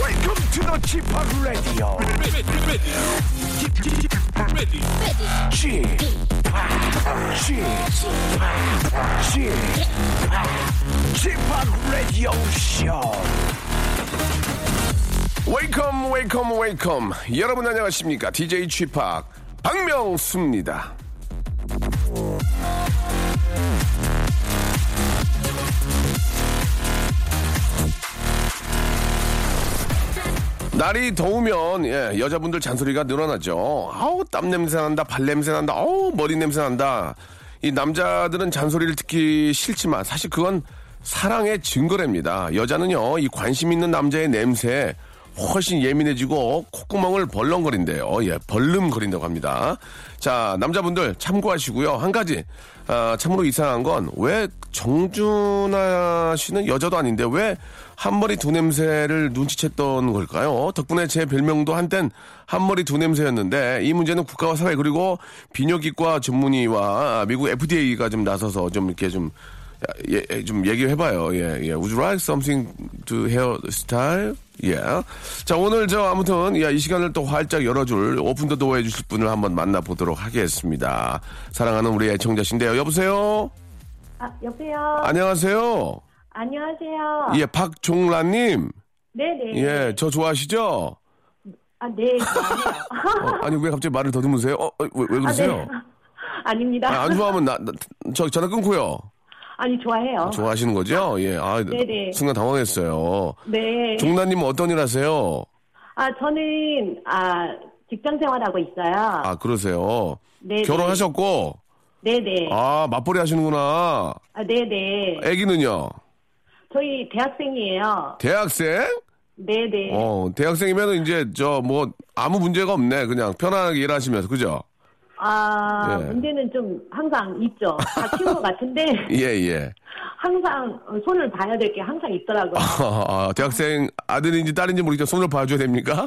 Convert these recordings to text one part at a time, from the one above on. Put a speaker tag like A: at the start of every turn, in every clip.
A: Welcome to the g p Hop Radio. g p Hop, g p Hop Radio Show.
B: 웨이컴 웨이컴 웨이컴 여러분 안녕하십니까 DJ 취팍 박명수입니다 날이 더우면 예, 여자분들 잔소리가 늘어나죠 아우 땀 냄새 난다 발 냄새 난다 아우 머리 냄새 난다 이 남자들은 잔소리를 듣기 싫지만 사실 그건 사랑의 증거랍니다 여자는요 이 관심 있는 남자의 냄새에 훨씬 예민해지고 콧구멍을 벌렁거린대요. 예, 벌름거린다고 합니다. 자, 남자분들 참고하시고요. 한 가지 아, 참으로 이상한 건 왜 정준하 씨는 여자도 아닌데 왜 한 머리 두 냄새를 눈치챘던 걸까요? 덕분에 제 별명도 한땐 한 머리 두 냄새였는데 이 문제는 국가와 사회 그리고 비뇨기과 전문의와 미국 FDA가 좀 나서서 좀 이렇게 좀 예, 예, 좀 얘기해봐요. 예, 예. Would you like something to hairstyle? 예. 자, 오늘 저 아무튼 예, 이 시간을 또 활짝 열어줄 오픈 더 도어 해주실 분을 한번 만나보도록 하겠습니다. 사랑하는 우리 애청자신데요. 여보세요?
C: 아, 여보세요.
B: 안녕하세요?
C: 안녕하세요.
B: 예, 박종란님.
C: 네네.
B: 예, 저 좋아하시죠?
C: 아, 네. 좋아해요.
B: 어, 아니, 왜 갑자기 말을 더듬으세요? 어, 어, 왜,
C: 아,
B: 왜
C: 네.
B: 그러세요?
C: 아닙니다.
B: 아, 안 좋아하면 나, 나- 저 전화 끊고요.
C: 니 좋아해요.
B: 좋아하시는 거죠? 예, 아,
C: 어. 네네.
B: 순간 당황했어요.
C: 네.
B: 종란님은 어떤 일 하세요?
C: 아, 저는, 아, 직장 생활하고 있어요.
B: 아, 그러세요.
C: 네네.
B: 결혼하셨고,
C: 네네.
B: 아, 맞벌이 하시는구나.
C: 아, 네네.
B: 아기는요?
C: 저희 대학생이에요.
B: 대학생?
C: 네네.
B: 어, 대학생이면 이제 저 뭐 아무 문제가 없네. 그냥 편안하게 일하시면서. 그죠?
C: 아,
B: 예.
C: 문제는 좀 항상 있죠. 다 키운 것 같은데,
B: 예, 예.
C: 항상 어, 손을 봐야 될 게 항상 있더라고요.
B: 아, 대학생 아들인지 딸인지 모르겠지만 손을 봐줘야 됩니까?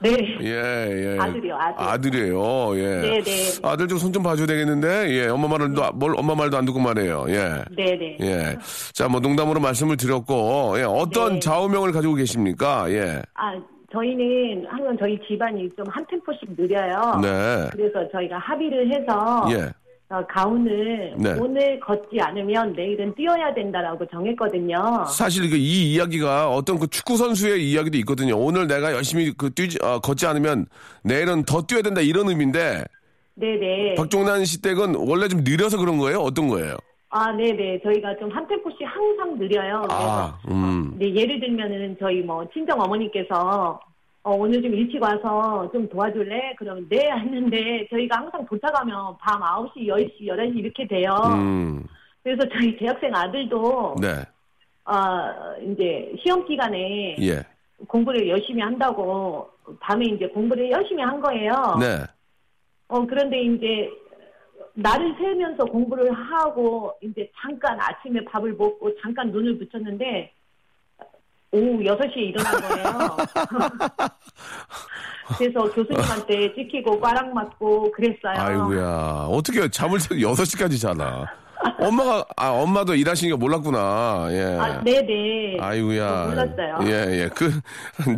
C: 네.
B: 예, 예.
C: 아들이요, 아들.
B: 이에요 예.
C: 네, 네.
B: 아들 좀 손 좀 봐줘야 되겠는데, 예. 엄마 말을, 또- 뭘, 엄마 말도 안 듣고 말해요. 예.
C: 네네.
B: 예. 자, 뭐 농담으로 말씀을 드렸고, 예. 어떤
C: 네.
B: 좌우명을 가지고 계십니까? 예.
C: 아, 저희는 항상 저희 집안이 좀 한 템포씩 느려요.
B: 네.
C: 어, 그래서 저희가 합의를 해서
B: 예.
C: 어, 가운을
B: 네.
C: 오늘 걷지 않으면 내일은 뛰어야 된다라고 정했거든요.
B: 사실 그 이 이야기가 어떤 그 축구 선수의 이야기도 있거든요. 오늘 내가 열심히 그 뛰지 어, 걷지 않으면 내일은 더 뛰어야 된다 이런 의미인데
C: 네네.
B: 박종란 씨 댁은 원래 좀 느려서 그런 거예요? 어떤 거예요?
C: 아, 네네. 저희가 좀 한 템포씩 항상 느려요.
B: 아,
C: 그래서
B: 음.
C: 네, 예를 들면은 저희 뭐 친정 어머니께서 어, 오늘 좀 일찍 와서 좀 도와줄래? 그러면 네 했는데 저희가 항상 도착하면 밤 9시, 10시, 11시 이렇게 돼요.
B: 음.
C: 그래서 저희 대학생 아들도
B: 네.
C: 아, 이제 시험 기간에
B: 예.
C: 공부를 열심히 한다고 밤에 이제 공부를 열심히 한 거예요.
B: 네.
C: 어, 그런데 이제 날을 새면서 공부를 하고 이제 잠깐 아침에 밥을 먹고 잠깐 눈을 붙였는데 오후 6시에 일어난 거예요. 그래서 교수님한테 찍히고 꽈락 맞고 그랬어요.
B: 아이고야. 어떻게 잠을 새고 6시까지 자나. 엄마가 아, 엄마도 일하시니까 몰랐구나. 예.
C: 아, 네네.
B: 아이고야.
C: 몰랐어요. 네.
B: 예, 예. 그,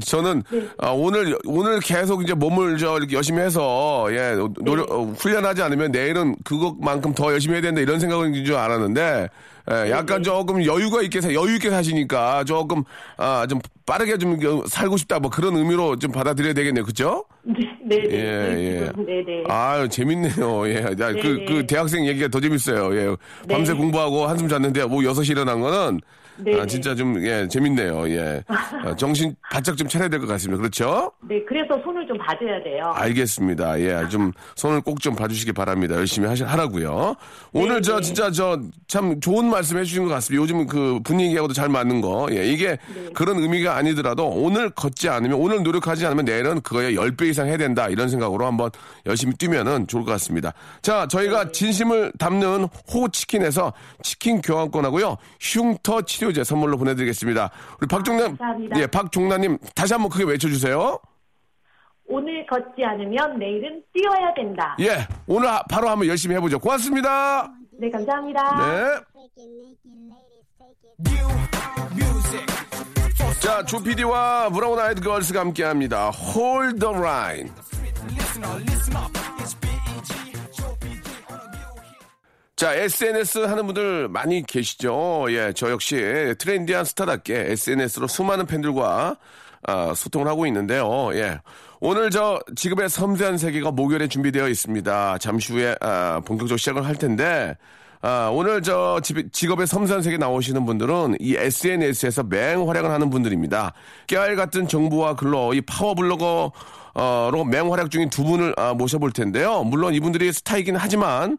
B: 저는, 아, 오늘, 오늘 계속 이제 몸을 저, 이렇게 열심히 해서, 예,
C: 네.
B: 노력, 어, 훈련하지 않으면 내일은 그것만큼 더 열심히 해야 된다 이런 생각인 줄 알았는데,
C: 네,
B: 예, 약간 조금 여유가 있게, 사- 여유 있게 사시니까 조금, 아, 좀 빠르게 좀 살고 싶다 뭐 그런 의미로 좀 받아들여야 되겠네요. 그죠?
C: 네, 네네.
B: 예, 예.
C: 네네.
B: 아유, 재밌네요. 예. 야, 그,
C: 네네.
B: 그 대학생 얘기가 더 재밌어요. 예. 밤새 공부하고 한숨 잤는데, 뭐, 6시 일어난 거는
C: 네.
B: 아, 진짜 좀, 예, 재밌네요. 예. 아, 정신 바짝 좀 차려야 될 것 같습니다. 그렇죠?
C: 네, 그래서 손을 좀 봐줘야 돼요. 아.
B: 알겠습니다. 예, 좀 손을 꼭 좀 봐주시기 바랍니다. 열심히 하시, 하라고요. 오늘
C: 네,
B: 저 진짜 저 참 좋은 말씀 해주신 것 같습니다. 요즘 그 분위기하고도 잘 맞는 거. 예, 이게
C: 네.
B: 그런 의미가 아니더라도 오늘 걷지 않으면 오늘 노력하지 않으면 내일은 그거에 10배 이상 해야 된다. 이런 생각으로 한번 열심히 뛰면은 좋을 것 같습니다. 자,
C: 네.
B: 저희가 진심을 담는 호치킨에서 치킨 교환권하고요. 흉터 치료제 선물로 보내드리겠습니다. 우리 박종남.
C: 감사합니다.
B: 예, 박종남님 다시 한번 크게 외쳐주세요.
C: 오늘 걷지 않으면 내일은 뛰어야 된다.
B: 예, 오늘 하- 바로 한번 열심히 해보죠. 고맙습니다.
C: 네, 감사합니다.
B: 네. 자, 조 PD와 브라운 아이드 걸스가 함께 합니다. Hold the line. 자, SNS 하는 분들 많이 계시죠? 예, 저 역시 트렌디한 스타답게 SNS로 수많은 팬들과 아, 소통을 하고 있는데요. 예. 오늘 저 지금의 섬세한 세계가 목요일에 준비되어 있습니다. 잠시 후에 아, 본격적으로 시작을 할 텐데 아, 오늘 저 집- 직업의 섬세한 세계 나오시는 분들은 이 SNS에서 맹활약을 하는 분들입니다. 깨알 같은 정보와 글로 이 파워블로거 어로 맹활약 중인 두 분을 아, 모셔볼 텐데요. 물론 이분들이 스타이긴 하지만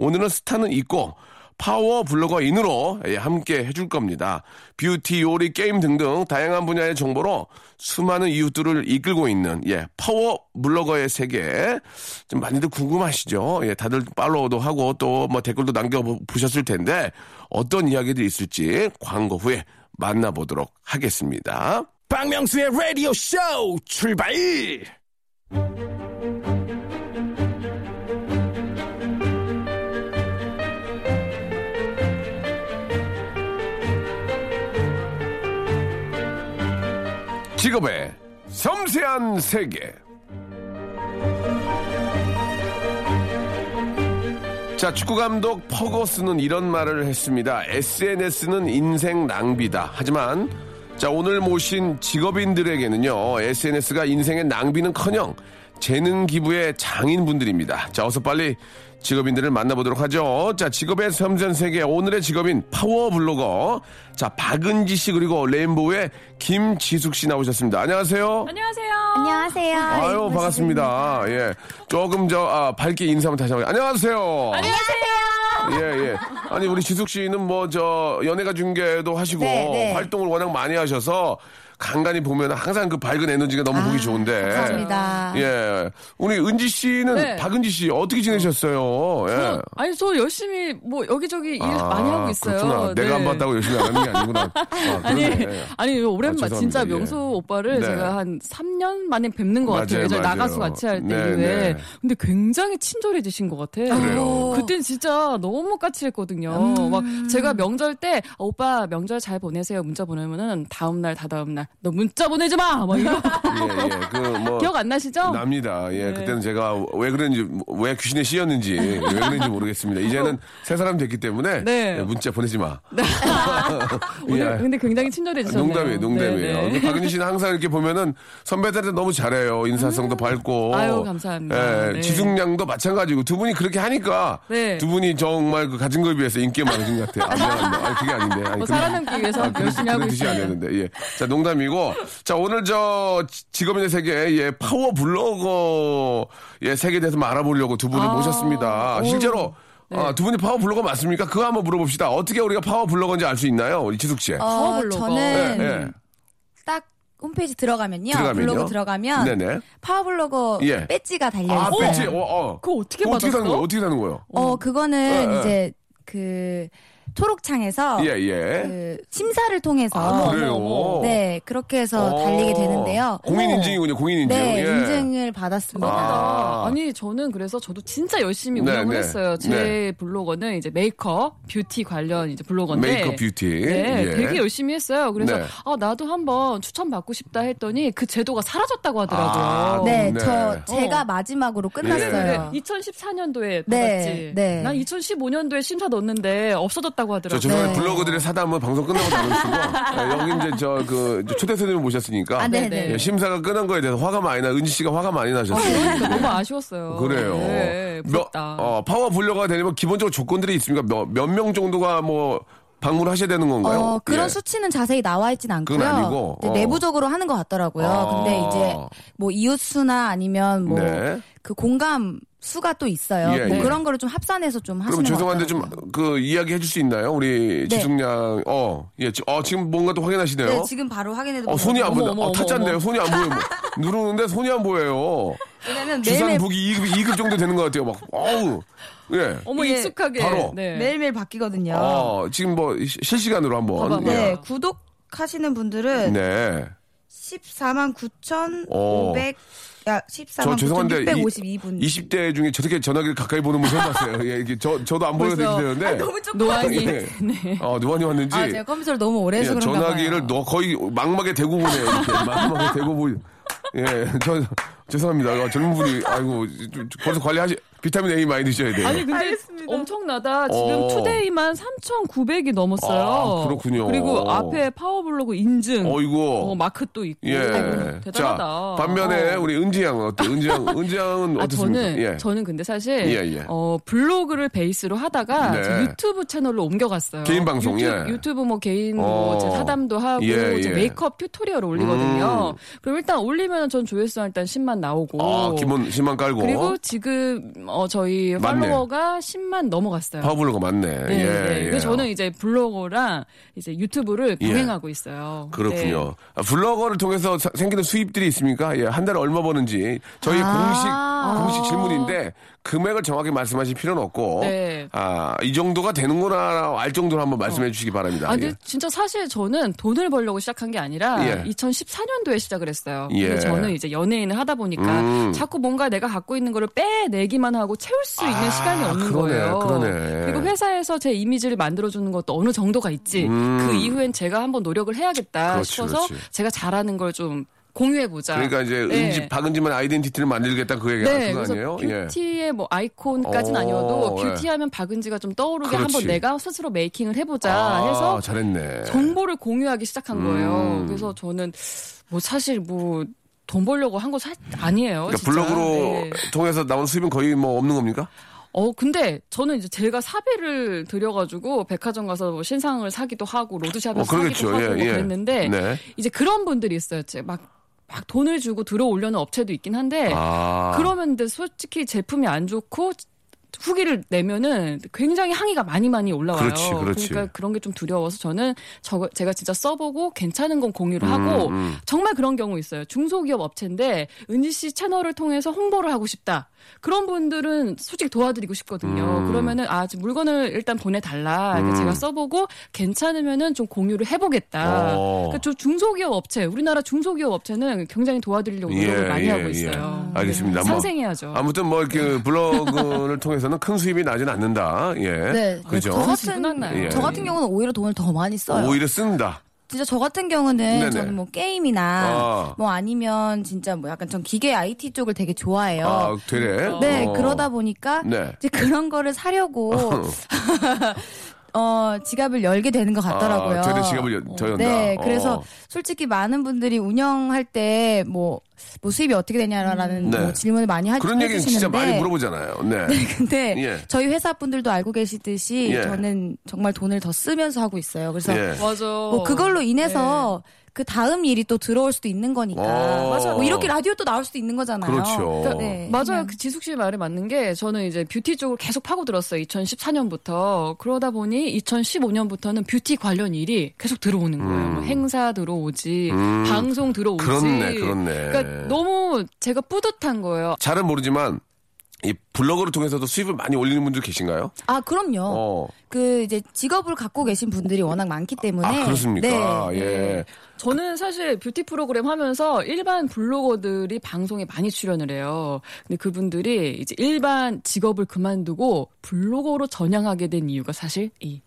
B: 오늘은 스타는 있고 파워 블로거인으로 예, 함께 해줄 겁니다. 뷰티, 요리, 게임 등등 다양한 분야의 정보로 수많은 이웃들을 이끌고 있는 예, 파워 블로거의 세계 좀 많이들 궁금하시죠? 예, 다들 팔로우도 하고 또 뭐 댓글도 남겨보셨을 텐데 어떤 이야기들이 있을지 광고 후에 만나보도록 하겠습니다.
A: 박명수의 라디오 쇼 출발!
B: 직업의 섬세한 세계. 자, 축구 감독 퍼거스는 이런 말을 했습니다. SNS는 인생 낭비다. 하지만 자, 오늘 모신 직업인들에게는요. SNS가 인생의 낭비는커녕 재능 기부의 장인분들입니다. 자, 어서 빨리 직업인들을 만나보도록 하죠. 자, 직업의 섬세한 세계 오늘의 직업인 파워 블로거 자, 박은지 씨 그리고 레인보우의 김지숙 씨 나오셨습니다. 안녕하세요.
D: 안녕하세요.
B: 아유 반갑습니다. 예, 조금 저 아, 밝게 인사 한번 다시 한번. 안녕하세요. 안녕하세요. 예 예. 아니 우리 지숙 씨는 뭐 저 연예가 중계도 하시고
D: 네, 네.
B: 활동을 워낙 많이 하셔서 간간히 보면 항상 그 밝은 에너지가 너무 보기 좋은데.
D: 감사합니다.
B: 예, 우리 은지 씨는
E: 네.
B: 박은지 씨 어떻게 지내셨어요? 예.
E: 저- 아니 저 열심히 뭐 여기저기 일
B: 아,
E: 많이 하고 있어요.
B: 그렇구나.
E: 네.
B: 내가 안 봤다고 열심히 안 하는 게 아니구나. 아,
E: 아니
B: 그러네. 예.
E: 아니 오랜만
B: 아, 죄송합니다.
E: 진짜
B: 예.
E: 명수 오빠를
B: 네.
E: 제가 한 3년 만에 뵙는 것 같아요.
B: 맞아요,
E: 예전에
B: 맞아요.
E: 나가수 같이 할 때
B: 네,
E: 이후에.
B: 네.
E: 근데 굉장히 친절해지신 것 같아.
B: 그래요.
E: 그땐 진짜 너무 까칠했거든요.
D: 음.
E: 막 제가 명절 때 어, 오빠 명절 잘 보내세요 문자 보내면은 다음 날 다다음 날 너 문자 보내지 마. 막 이런
B: 예, 예. 그 뭐.
E: 기억 안 나시죠?
B: 납니다. 예,
E: 네.
B: 그때는 제가 왜 그랬는지, 왜 귀신에 씌였는지, 왜 그랬는지 모르겠습니다. 이제는 새 사람 됐기 때문에
E: 네.
B: 예, 문자 보내지 마.
E: 오늘
B: 예.
E: 근데 굉장히 친절해지셨네요.
B: 농담이에요, 농담이에요.
E: 네, 네.
B: 근데 박은희 씨는 항상 이렇게 보면은 선배들한테 너무 잘해요. 인사성도 밝고.
E: 음. 아유, 감사합니다.
B: 예,
E: 네.
B: 지숙량도 마찬가지고 두 분이 그렇게 하니까
E: 네.
B: 두 분이 정말 그 가진 거에 비해서 인기가 많으신 것 같아요. 아, 미안합니다. 아니, 그게 아닌데. 아니,
E: 뭐
B: 그런-
E: 살아남기 위해서
B: 아, 그런-
E: 열심히 하고
B: 그런 뜻이
E: 있어요.
B: 아니었는데, 예. 자, 농담이고. 자, 오늘 저 지- 직업인의 세계, 예, 파워 블로거의 세계에 대해서 한번 알아보려고 두 분을
E: 아,
B: 모셨습니다.
E: 오. 네.
B: 실제로. 아, 두 분이 파워 블로거 맞습니까? 그거 한번 물어봅시다. 어떻게 우리가 파워 블로거인지 알 수 있나요? 우리 지숙 씨.
E: 아,
D: 어,
E: 파워블로거.
D: 저는
B: 예, 예.
D: 딱 홈페이지 들어가면요.
B: 들어가면요?
D: 블로그 들어가면
B: 네네.
D: 파워블로거
B: 예.
D: 배지가 달려 있어요. 네.
B: 아, 배지. 어, 어.
E: 그거 어떻게
B: 그거 어떻게
E: 받았어?
B: 사는 거예요? 어떻게 사는 거예요?
D: 어, 그거는
B: 예, 예.
D: 이제 그 초록창에서
B: 예, 예.
D: 그 심사를 통해서
B: 아, 그래요?
D: 네, 그렇게 해서
B: 어.
D: 달리게 되는데요.
B: 공인 인증이군요, 공인 인증.
D: 네,
B: 예.
D: 인증을 받았습니다.
B: 아.
E: 아니 저는 그래서 저도 진짜 열심히
B: 네,
E: 운영을
B: 네.
E: 했어요. 제
B: 네.
E: 블로거는 이제 메이크업 뷰티 관련 이제 블로거인데
B: 메이크업 뷰티.
E: 네,
B: 예.
E: 되게 열심히 했어요. 그래서
B: 네.
E: 아, 나도 한번 추천 받고 싶다 했더니 그 제도가 사라졌다고
B: 아,
E: 하더라고요.
B: 네.
D: 네,
B: 예,
D: 저 제가 마지막으로 끝났어요.
E: 2014년도에
D: 네,
E: 받았지.
D: 네.
E: 난 2015년도에 심사 넣었는데 없어졌다고
B: 저
E: 하더라고요.
B: 죄송한데
D: 네.
B: 블로그들의 사담은 방송 끝나고 다루시고 예, 여기 이제 저 그 초대 손님을 모셨으니까
D: 아, 네,
E: 네.
D: 네.
B: 예, 심사가 끊은 거에 대해서 화가 많이 나 은지 씨가 화가 많이 나셨어요.
E: 그러니까 너무 아쉬웠어요.
B: 그래요.
E: 네,
B: 몇,
E: 부럽다.
B: 어, 파워 블로거가 되려면 기본적으로 조건들이 있습니까? 몇, 몇 명 정도가 뭐 방문하셔야 되는 건가요?
D: 어, 그런
B: 예.
D: 수치는 자세히 나와 있진 않고요.
B: 그건 아니고,
D: 네,
B: 어.
D: 내부적으로 하는 것 같더라고요.
B: 아.
D: 근데 이제 뭐 이웃수나 아니면 뭐 그
B: 네.
D: 공감 수가 또 있어요.
B: 예,
D: 뭐
B: 예.
D: 그런 거를 좀 합산해서 좀 하시는
B: 그럼 죄송한데
D: 것 같아요.
B: 좀 그 이야기 해줄 수 있나요? 우리
D: 네.
B: 지숙양 어, 예, 지- 어 지금 뭔가 또 확인하시네요.
D: 네, 지금 바로 확인해도
B: 어, 손이 안
E: 어머,
B: 보여.
E: 어머,
B: 어,
E: 어머,
B: 타짜인데요.
E: 어머.
B: 손이 안 보여. 누르는데 손이 안 보여요.
D: 왜냐면 매일매일
B: 주상복이 2급, 2급 정도 되는 것 같아요. 막, 어우. 예.
E: 어머
D: 예.
E: 익숙하게.
B: 바로.
E: 네.
D: 매일매일 바뀌거든요.
B: 어, 지금 뭐, 시- 실시간으로 한번.
E: 봐봐,
D: 네,
B: 예.
E: 뭐야.
D: 구독하시는 분들은
B: 네.
D: 14만
B: 오.
D: 9,500 야, 14만
B: 저 죄송한데
D: 9,652분.
B: 20대 중에 저렇게 전화기를 가까이 보는 분 처음 봤어요. 예, 이게 저, 저도 안 보여드리긴
E: 벌써.
B: 되는데.
E: 노안이. 네.
B: 예. 어, 누안이 왔는지.
D: 아, 제가 컴퓨터를 너무 오래
B: 예,
D: 해서 그런가
B: 전화기를
D: 봐요.
B: 너 거의 막막에 대고 보네요. 이렇게. 막막에 대고 보. 예, 저 죄송합니다. 아, 젊은 분이 아이고 좀- 좀 벌써 관리하시 비타민 A 많이 드셔야 돼요.
E: 아니 음. 근데 엄청나다. 지금
B: 어.
E: 투데이만 3,900이 넘었어요.
B: 아, 그렇군요.
E: 그리고 앞에 파워블로그 인증.
B: 어이구.
E: 어, 마크 또 있고.
B: 예.
E: 아이고, 대단하다.
B: 자, 반면에
E: 어.
B: 우리 은지 양은 어때? 은지 양, 은지 양은
E: 아,
B: 어떻습니까?
E: 저는
B: 예.
E: 저는 근데 사실
B: 예, 예.
E: 어 블로그를 베이스로 하다가
B: 네.
E: 이제 유튜브 채널로 옮겨갔어요.
B: 개인 방송,
E: 유튜브,
B: 예.
E: 유튜브 뭐 개인
B: 어.
E: 뭐 이제 사담도 하고
B: 예,
E: 이제
B: 예. 음.
E: 메이크업 튜토리얼 올리거든요. 그럼 일단 올리면 전 조회수 일단 10만 나오고
B: 아, 기본 10만 깔고.
E: 그리고 지금 어 저희
B: 맞네.
E: 팔로워가 10만 넘어갔어요.
B: 파워블로그 맞네.
E: 네,
B: 예,
E: 네.
B: 예.
E: 근데 저는 이제 블로거랑 이제 유튜브를
B: 예.
E: 병행하고 있어요.
B: 그렇군요.
E: 네.
B: 아, 블로거를 통해서 사- 생기는 수입들이 있습니까? 예, 한 달에 얼마 버는지 저희
D: 아.
B: 공식 공식 질문인데 금액을 정확히 말씀하실 필요는 없고
E: 네.
B: 아, 이 정도가 되는구나 알 정도로 한번 말씀해 주시기 바랍니다.
E: 아,
B: 예.
E: 근데 진짜 사실 저는 돈을 벌려고 시작한 게 아니라
B: 예.
E: 2014년도에 시작을 했어요.
B: 예.
E: 근데 저는 이제 연예인을 하다 보니까
B: 음.
E: 자꾸 뭔가 내가 갖고 있는 거를 빼내기만 하고 채울 수 있는
B: 아,
E: 시간이 없는
B: 그러네,
E: 거예요.
B: 그러네.
E: 리고 회사에서 제 이미지를 만들어주는 것도 어느 정도가 있지.
B: 음.
E: 그 이후엔 제가 한번 노력을 해야겠다
B: 그렇지,
E: 싶어서
B: 그렇지.
E: 제가 잘하는 걸 좀 공유해보자.
B: 그러니까 이제
E: 네.
B: 은지 박은지만 아이덴티티를 만들겠다 그 얘기
E: 네,
B: 하는 거
E: 그래서
B: 아니에요? 예.
E: 뷰티의 뭐 아이콘까지는
B: 오,
E: 아니어도
B: 예.
E: 뷰티하면 박은지가 좀 떠오르게
B: 그렇지.
E: 한번 내가 스스로 메이킹을 해보자
B: 아,
E: 해서
B: 잘했네.
E: 정보를 공유하기 시작한 거예요.
B: 음.
E: 그래서 저는 뭐 사실 뭐 돈 벌려고 한 거 아니에요.
B: 그러니까
E: 진짜.
B: 블로그로
E: 네.
B: 통해서 나온 수입은 거의 뭐 없는 겁니까?
E: 어 근데 저는 이제 제가 사비를 들여가지고 백화점 가서 뭐 신상을 사기도 하고 로드샵에서
B: 어,
E: 사기도
B: 그러겠죠.
E: 하고
B: 예,
E: 뭐
B: 예.
E: 그랬는데
B: 네.
E: 이제 그런 분들이 있어요. 제 막. 막 돈을 주고 들어오려는 업체도 있긴 한데
B: 아.
E: 네. 그러면 근데 솔직히 제품이 안 좋고 후기를 내면은 굉장히 항의가 많이 많이 올라와요.
B: 그렇지, 그렇지.
E: 러니까 그런 게 좀 두려워서 저는 저 제가 진짜 써보고 괜찮은 건 공유를 하고
B: 음, 음.
E: 정말 그런 경우 있어요. 중소기업 업체인데 은지 씨 채널을 통해서 홍보를 하고 싶다. 그런 분들은 솔직히 도와드리고 싶거든요.
B: 음.
E: 그러면은 아 지금 물건을 일단 보내달라.
B: 음.
E: 제가 써보고 괜찮으면은 좀 공유를 해보겠다.
B: 어.
E: 그러니까 저 중소기업 업체 우리나라 중소기업 업체는 굉장히 도와드리려고 노력을
B: 예,
E: 많이
B: 예,
E: 하고
B: 예.
E: 있어요. 네.
B: 알겠습니다. 뭐
E: 상생해야죠. 네.
B: 아무튼 뭐 이렇게 블로그를 통해서는 큰 수입이 나진 않는다. 예.
D: 네.
B: 그죠?
D: 저
E: 지분
D: 같은
E: 하나요?
B: 예.
D: 저 같은 경우는 오히려 돈을 더 많이 써요.
B: 오히려 쓴다.
D: 진짜 저 같은 경우는
B: 네네.
D: 저는 뭐 게임이나
B: 아.
D: 뭐 아니면 진짜 뭐 약간 전 기계 IT 쪽을 되게 좋아해요.
B: 아, 되래.
D: 네,
B: 어.
D: 그러다 보니까
B: 네.
D: 이제 그런 거를 사려고 어, 지갑을 열게 되는 것 같더라고요.
B: 아, 되래 지갑을 연- 더 연다.
D: 네,
B: 어.
D: 그래서 솔직히 많은 분들이 운영할 때 뭐, 뭐 수입이 어떻게 되냐라는
B: 네.
D: 뭐 질문을 많이 하,
B: 그런 얘기는
D: 해주시는데
B: 진짜 많이 물어보잖아요. 네.
D: 근데
B: 예.
D: 저희 회사 분들도 알고 계시듯이
B: 예.
D: 저는 정말 돈을 더 쓰면서 하고 있어요. 그래서
B: 예.
E: 맞아.
D: 뭐 그걸로
B: 네.
D: 인해서 그 다음 일이 또 들어올 수도 있는 거니까
B: 어. 맞아요.
D: 뭐 이렇게 라디오 또 나올 수도 있는 거잖아요.
B: 그렇죠.
D: 네.
E: 맞아요. 그 지숙 씨 말이 맞는 게 저는 이제 뷰티 쪽을 계속 파고들었어요. 2014년부터. 그러다 보니 2015년부터는 뷰티 관련 일이 계속 들어오는 거예요. 뭐 행사 들어오지,
B: 음.
E: 방송 들어오지.
B: 그렇네, 그렇네.
E: 러니까 너무 제가 뿌듯한 거예요.
B: 잘은 모르지만 이 블로그를 통해서도 수입을 많이 올리는 분들 계신가요?
D: 아 그럼요.
B: 어.
D: 그 이제 직업을 갖고 계신 분들이 워낙 많기 때문에
B: 아, 그렇습니까?
D: 네.
B: 예.
E: 저는 사실 뷰티 프로그램 하면서 일반 블로거들이 방송에 많이 출연을 해요. 근데 그분들이 이제 일반 직업을 그만두고 블로거로 전향하게 된 이유가 사실 이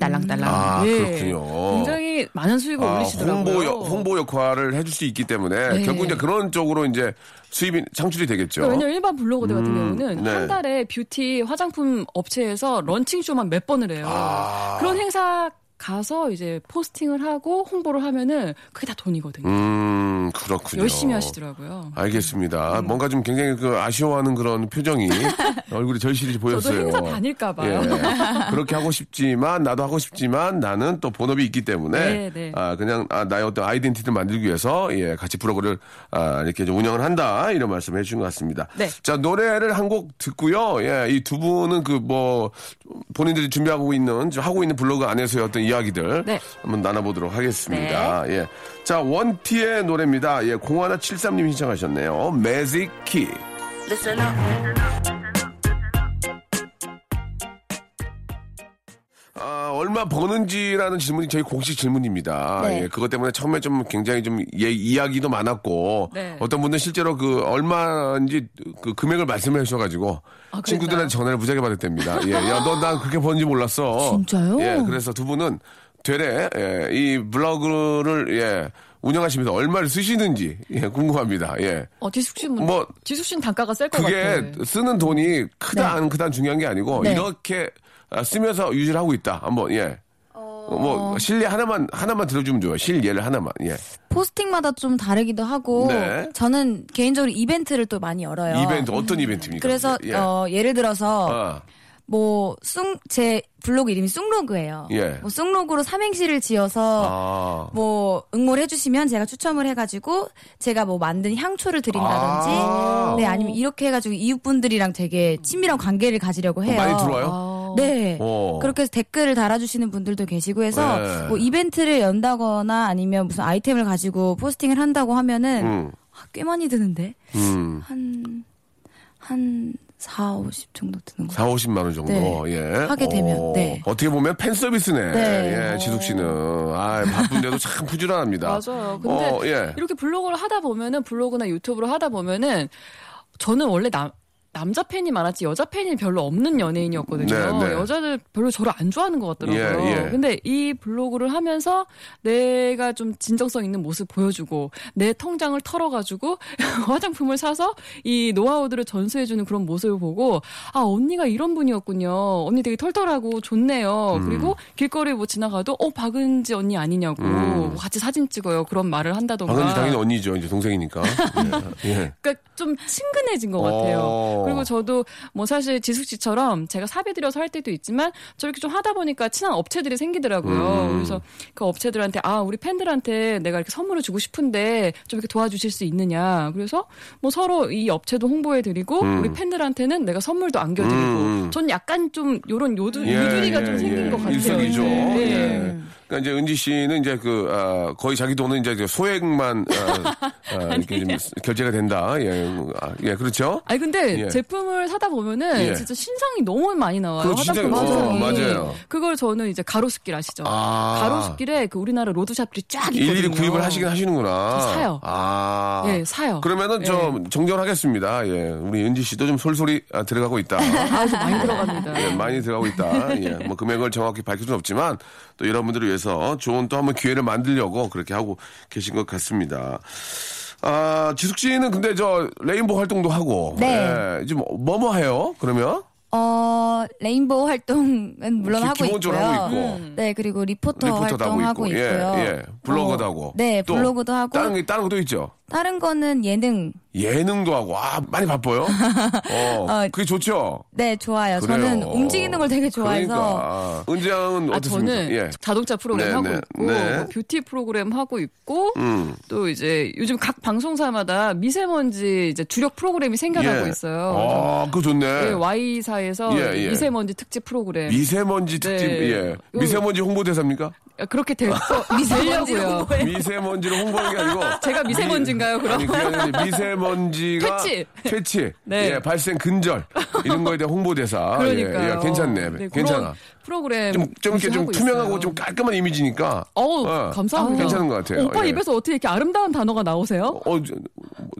E: 딸랑딸랑.
B: 아,
E: 예.
B: 그렇군요.
E: 굉장히 많은 수익을
B: 아,
E: 올리시더라고요.
B: 홍보, 역, 홍보 역할을 해줄 수 있기 때문에
E: 네.
B: 결국 이제 그런 쪽으로 이제 수입이 창출이 되겠죠.
D: 네,
E: 그러니까 왜냐면 일반 블로거들 같은
B: 음,
E: 경우는
B: 네.
E: 한 달에 뷰티 화장품 업체에서 런칭쇼만 몇 번을 해요.
B: 아.
E: 그런 행사 가서 이제 포스팅을 하고 홍보를 하면은 그게 다 돈이거든요.
B: 음, 그렇군요.
E: 열심히 하시더라고요.
B: 알겠습니다.
E: 음.
B: 뭔가 좀 굉장히 그 아쉬워하는 그런 표정이 얼굴이 절실히
E: 저도
B: 보였어요.
E: 행사 다닐까 봐요.
B: 예. 그렇게 하고 싶지만 나도 하고 싶지만 나는 또 본업이 있기 때문에
E: 네, 네.
B: 아 그냥 아, 나의 어떤 아이덴티티를 만들기 위해서 예 같이 프로그램을 아, 이렇게 좀 운영을 한다 이런 말씀해 주신 것 같습니다.
E: 네.
B: 자 노래를 한 곡 듣고요. 예이 두 분은 그 뭐 본인들이 준비하고 있는 지금 하고 있는 블로그 안에서의 어떤 이야기들
E: 네.
B: 한번 나눠보도록 하겠습니다.
D: 네.
B: 예. 자 원티의 노래입니다. 예 공하나 73님 신청하셨네요. 매직 키. 아, 얼마 버는지라는 질문이 저희 공식 질문입니다.
D: 네.
B: 예, 그것 때문에 처음에 좀 굉장히 좀 예, 이야기도 많았고
E: 네.
B: 어떤 분은 실제로 그 얼마인지 그 금액을 말씀해 주셔가지고
D: 아,
B: 친구들한테 전화를 무지하게 받았답니다. 예, 야, 너 난 그렇게 버는지 몰랐어.
D: 진짜요?
B: 예, 그래서 두 분은 되레 예, 이 블로그를 예, 운영하시면서 얼마를 쓰시는지 예, 궁금합니다. 예.
E: 어, 지숙 씨는
B: 뭐,
E: 지숙 씨는 단가가 셀 것
B: 그게
E: 같아요.
B: 쓰는 돈이 크다 안 크다 중요한 게 아니고
D: 네.
B: 이렇게 아, 쓰면서 유지를 하고 있다. 한번 예. 뭐 실례 하나만 하나만 들어주면 좋아요. 실례를 하나만 예.
D: 포스팅마다 좀 다르기도 하고
B: 네.
D: 저는 개인적으로 이벤트를 또 많이 열어요.
B: 이벤트 어떤 이벤트입니까?
D: 그래서
B: 예.
D: 어, 예를 들어서
B: 아,
D: 뭐쑥제 블로그 이름이 쑥로그예요.
B: 예.
D: 뭐 쑥로그로 삼행시를 지어서
B: 아.
D: 뭐 응모를 해주시면 제가 추첨을 해가지고 제가 뭐 만든 향초를 드린다든지
B: 아.
D: 네 아니면 이렇게 해가지고 이웃분들이랑 되게 친밀한 관계를 가지려고 해요.
B: 많이 들어와요?
E: 아,
D: 네.
B: 어.
D: 그렇게 해서 댓글을 달아주시는 분들도 계시고 해서
B: 네.
D: 뭐 이벤트를 연다거나 아니면 무슨 아이템을 가지고 포스팅을 한다고 하면은
B: 음.
D: 아, 꽤 많이 드는데
B: 음.
D: 한 4, 50 정도 드는 거.
B: 4, 50만 원 정도.
D: 네.
B: 예.
D: 하게 되면,
B: 어,
D: 네.
B: 어떻게 보면 팬 서비스네.
D: 네.
B: 예, 지숙 씨는. 아, 바쁜데도 참 부지런합니다.
E: 맞아요. 근데
B: 어, 예.
E: 이렇게 블로그를 하다 보면은 블로그나 유튜브를 하다 보면은 저는 원래 남 남자 팬이 많았지 여자 팬이 별로 없는 연예인이었거든요.
B: 네, 네.
E: 여자들 별로 저를 안 좋아하는 것 같더라고요.
B: 예, 예.
E: 근데 이 블로그를 하면서 내가 좀 진정성 있는 모습 보여주고 내 통장을 털어가지고 화장품을 사서 이 노하우들을 전수해주는 그런 모습을 보고 아 언니가 이런 분이었군요. 언니 되게 털털하고 좋네요.
B: 음.
E: 그리고 길거리 뭐 지나가도 어 박은지 언니 아니냐고 뭐 같이 사진 찍어요. 그런 말을 한다던가.
B: 음. 박은지 당연히 언니죠. 이제 동생이니까. 예. 예.
E: 그러니까 좀 친근해진 것 같아요.
B: 어.
E: 그리고 저도 뭐 사실 지숙 씨처럼 제가 사비 들여서 할 때도 있지만 저렇게 좀 하다 보니까 친한 업체들이
B: 음.
E: 생기더라고요. 그래서 그 업체들한테 아 우리 팬들한테 내가 이렇게 선물을 주고 싶은데 좀 이렇게 도와주실 수 있느냐. 그래서 뭐 서로 이 업체도 홍보해드리고 우리 팬들한테는 내가 선물도 안겨드리고
B: 음.
E: 전 약간 좀 요런 요두,
B: 예,
E: 유두리가
B: 예,
E: 좀 생긴
B: 예.
E: 것 같아요.
B: 일석이조.
E: 네.
B: 예. 그러니까 이제 은지 씨는 이제 그 아, 거의 자기 돈은 이제 그 소액만 아, 아, 이렇게 좀 결제가 된다. 예, 아, 예, 그렇죠.
E: 아니 근데
B: 예.
E: 제품을 사다 보면은
B: 예.
E: 진짜 신상이 너무 많이 나와요.
B: 그거 진짜-
E: 화장품
B: 어,
E: 신상이.
B: 맞아요.
E: 그걸 저는 이제 가로수길 아시죠?
B: 아.
E: 가로수길에 그 우리나라 로드샵들이 쫙 있거든요.
B: 일일이 구입을 하시긴 하시는구나.
E: 저 사요.
B: 아.
E: 예, 사요.
B: 그러면은
E: 예.
B: 좀 정정하겠습니다. 예, 우리 은지 씨도 좀 솔솔이 아, 들어가고 있다.
E: 아, 저 많이 들어갑니다.
B: 예, 많이 들어가고 있다. 예, 뭐 금액을 정확히 밝힐 수는 없지만 또 여러분들을 위해서 좋은 또 한번 기회를 만들려고 그렇게 하고 계신 것 같습니다. 아, 지숙 씨는 근데 저 레인보우 활동도 하고.
D: 네.
B: 예, 지금 뭐뭐 해요? 그러면?
D: 어, 레인보우 활동은
B: 음,
D: 물론
B: 기-
D: 하고
B: 기본적으로
D: 있고요.
B: 하고 있고. 음.
D: 네, 그리고 리포터,
B: 리포터도 하고
D: 활동하고
B: 있고.
D: 있고.
B: 예,
D: 요
B: 예. 블로그도 하고.
D: 네,
B: 또
D: 블로그도 하고
B: 다른
D: 다른,
B: 게 다른 것도 있죠.
D: 거는 예능.
B: 예능도 하고. 아, 많이 바빠요? 어.
D: 어,
B: 그게 좋죠.
D: 네, 좋아요.
B: 그래요.
D: 저는 움직이는 걸 되게
B: 그러니까.
D: 좋아해서
B: 은지양은
E: 아,
B: 어떻습니까?
E: 저는
B: 예.
E: 자동차 프로그램
B: 네,
E: 하고
B: 네,
E: 있고
B: 네.
E: 뭐 뷰티 프로그램 하고 있고
B: 음.
E: 또 이제 요즘 각 방송사마다 미세먼지 이제 주력 프로그램이 생겨나고
B: 예.
E: 있어요.
B: 아, 그거 좋네.
E: 예, Y사에서
B: 예, 예.
E: 미세먼지 특집 프로그램
B: 미세먼지 특집
E: 네.
B: 예
E: 요-
B: 미세먼지 홍보대사입니까?
E: 그러니까 그렇게 돼서
D: 미세먼지를
E: 되려고요.
D: 홍보해요.
B: 미세먼지를 홍보하는 게 아니고
E: 네. 제가 미세먼지인가요, 그럼?
B: 아니 그게 아니라 이제 미세먼지가
E: 퇴치.
B: 퇴치
E: 네.
B: 예 발생 근절 이런 거에 대한 홍보대사
E: 그러니까요.
B: 예, 예, 괜찮네
E: 네, 그런
B: 괜찮아
E: 프로그램
B: 좀 좀 이렇게 좀
E: 하고
B: 투명하고
E: 있어요.
B: 좀 깔끔한 이미지니까
E: 어우
B: 어,
E: 감사합니다.
B: 괜찮은 것 같아요.
E: 오빠
B: 예.
E: 입에서 어떻게 이렇게 아름다운 단어가 나오세요?
B: 어 저,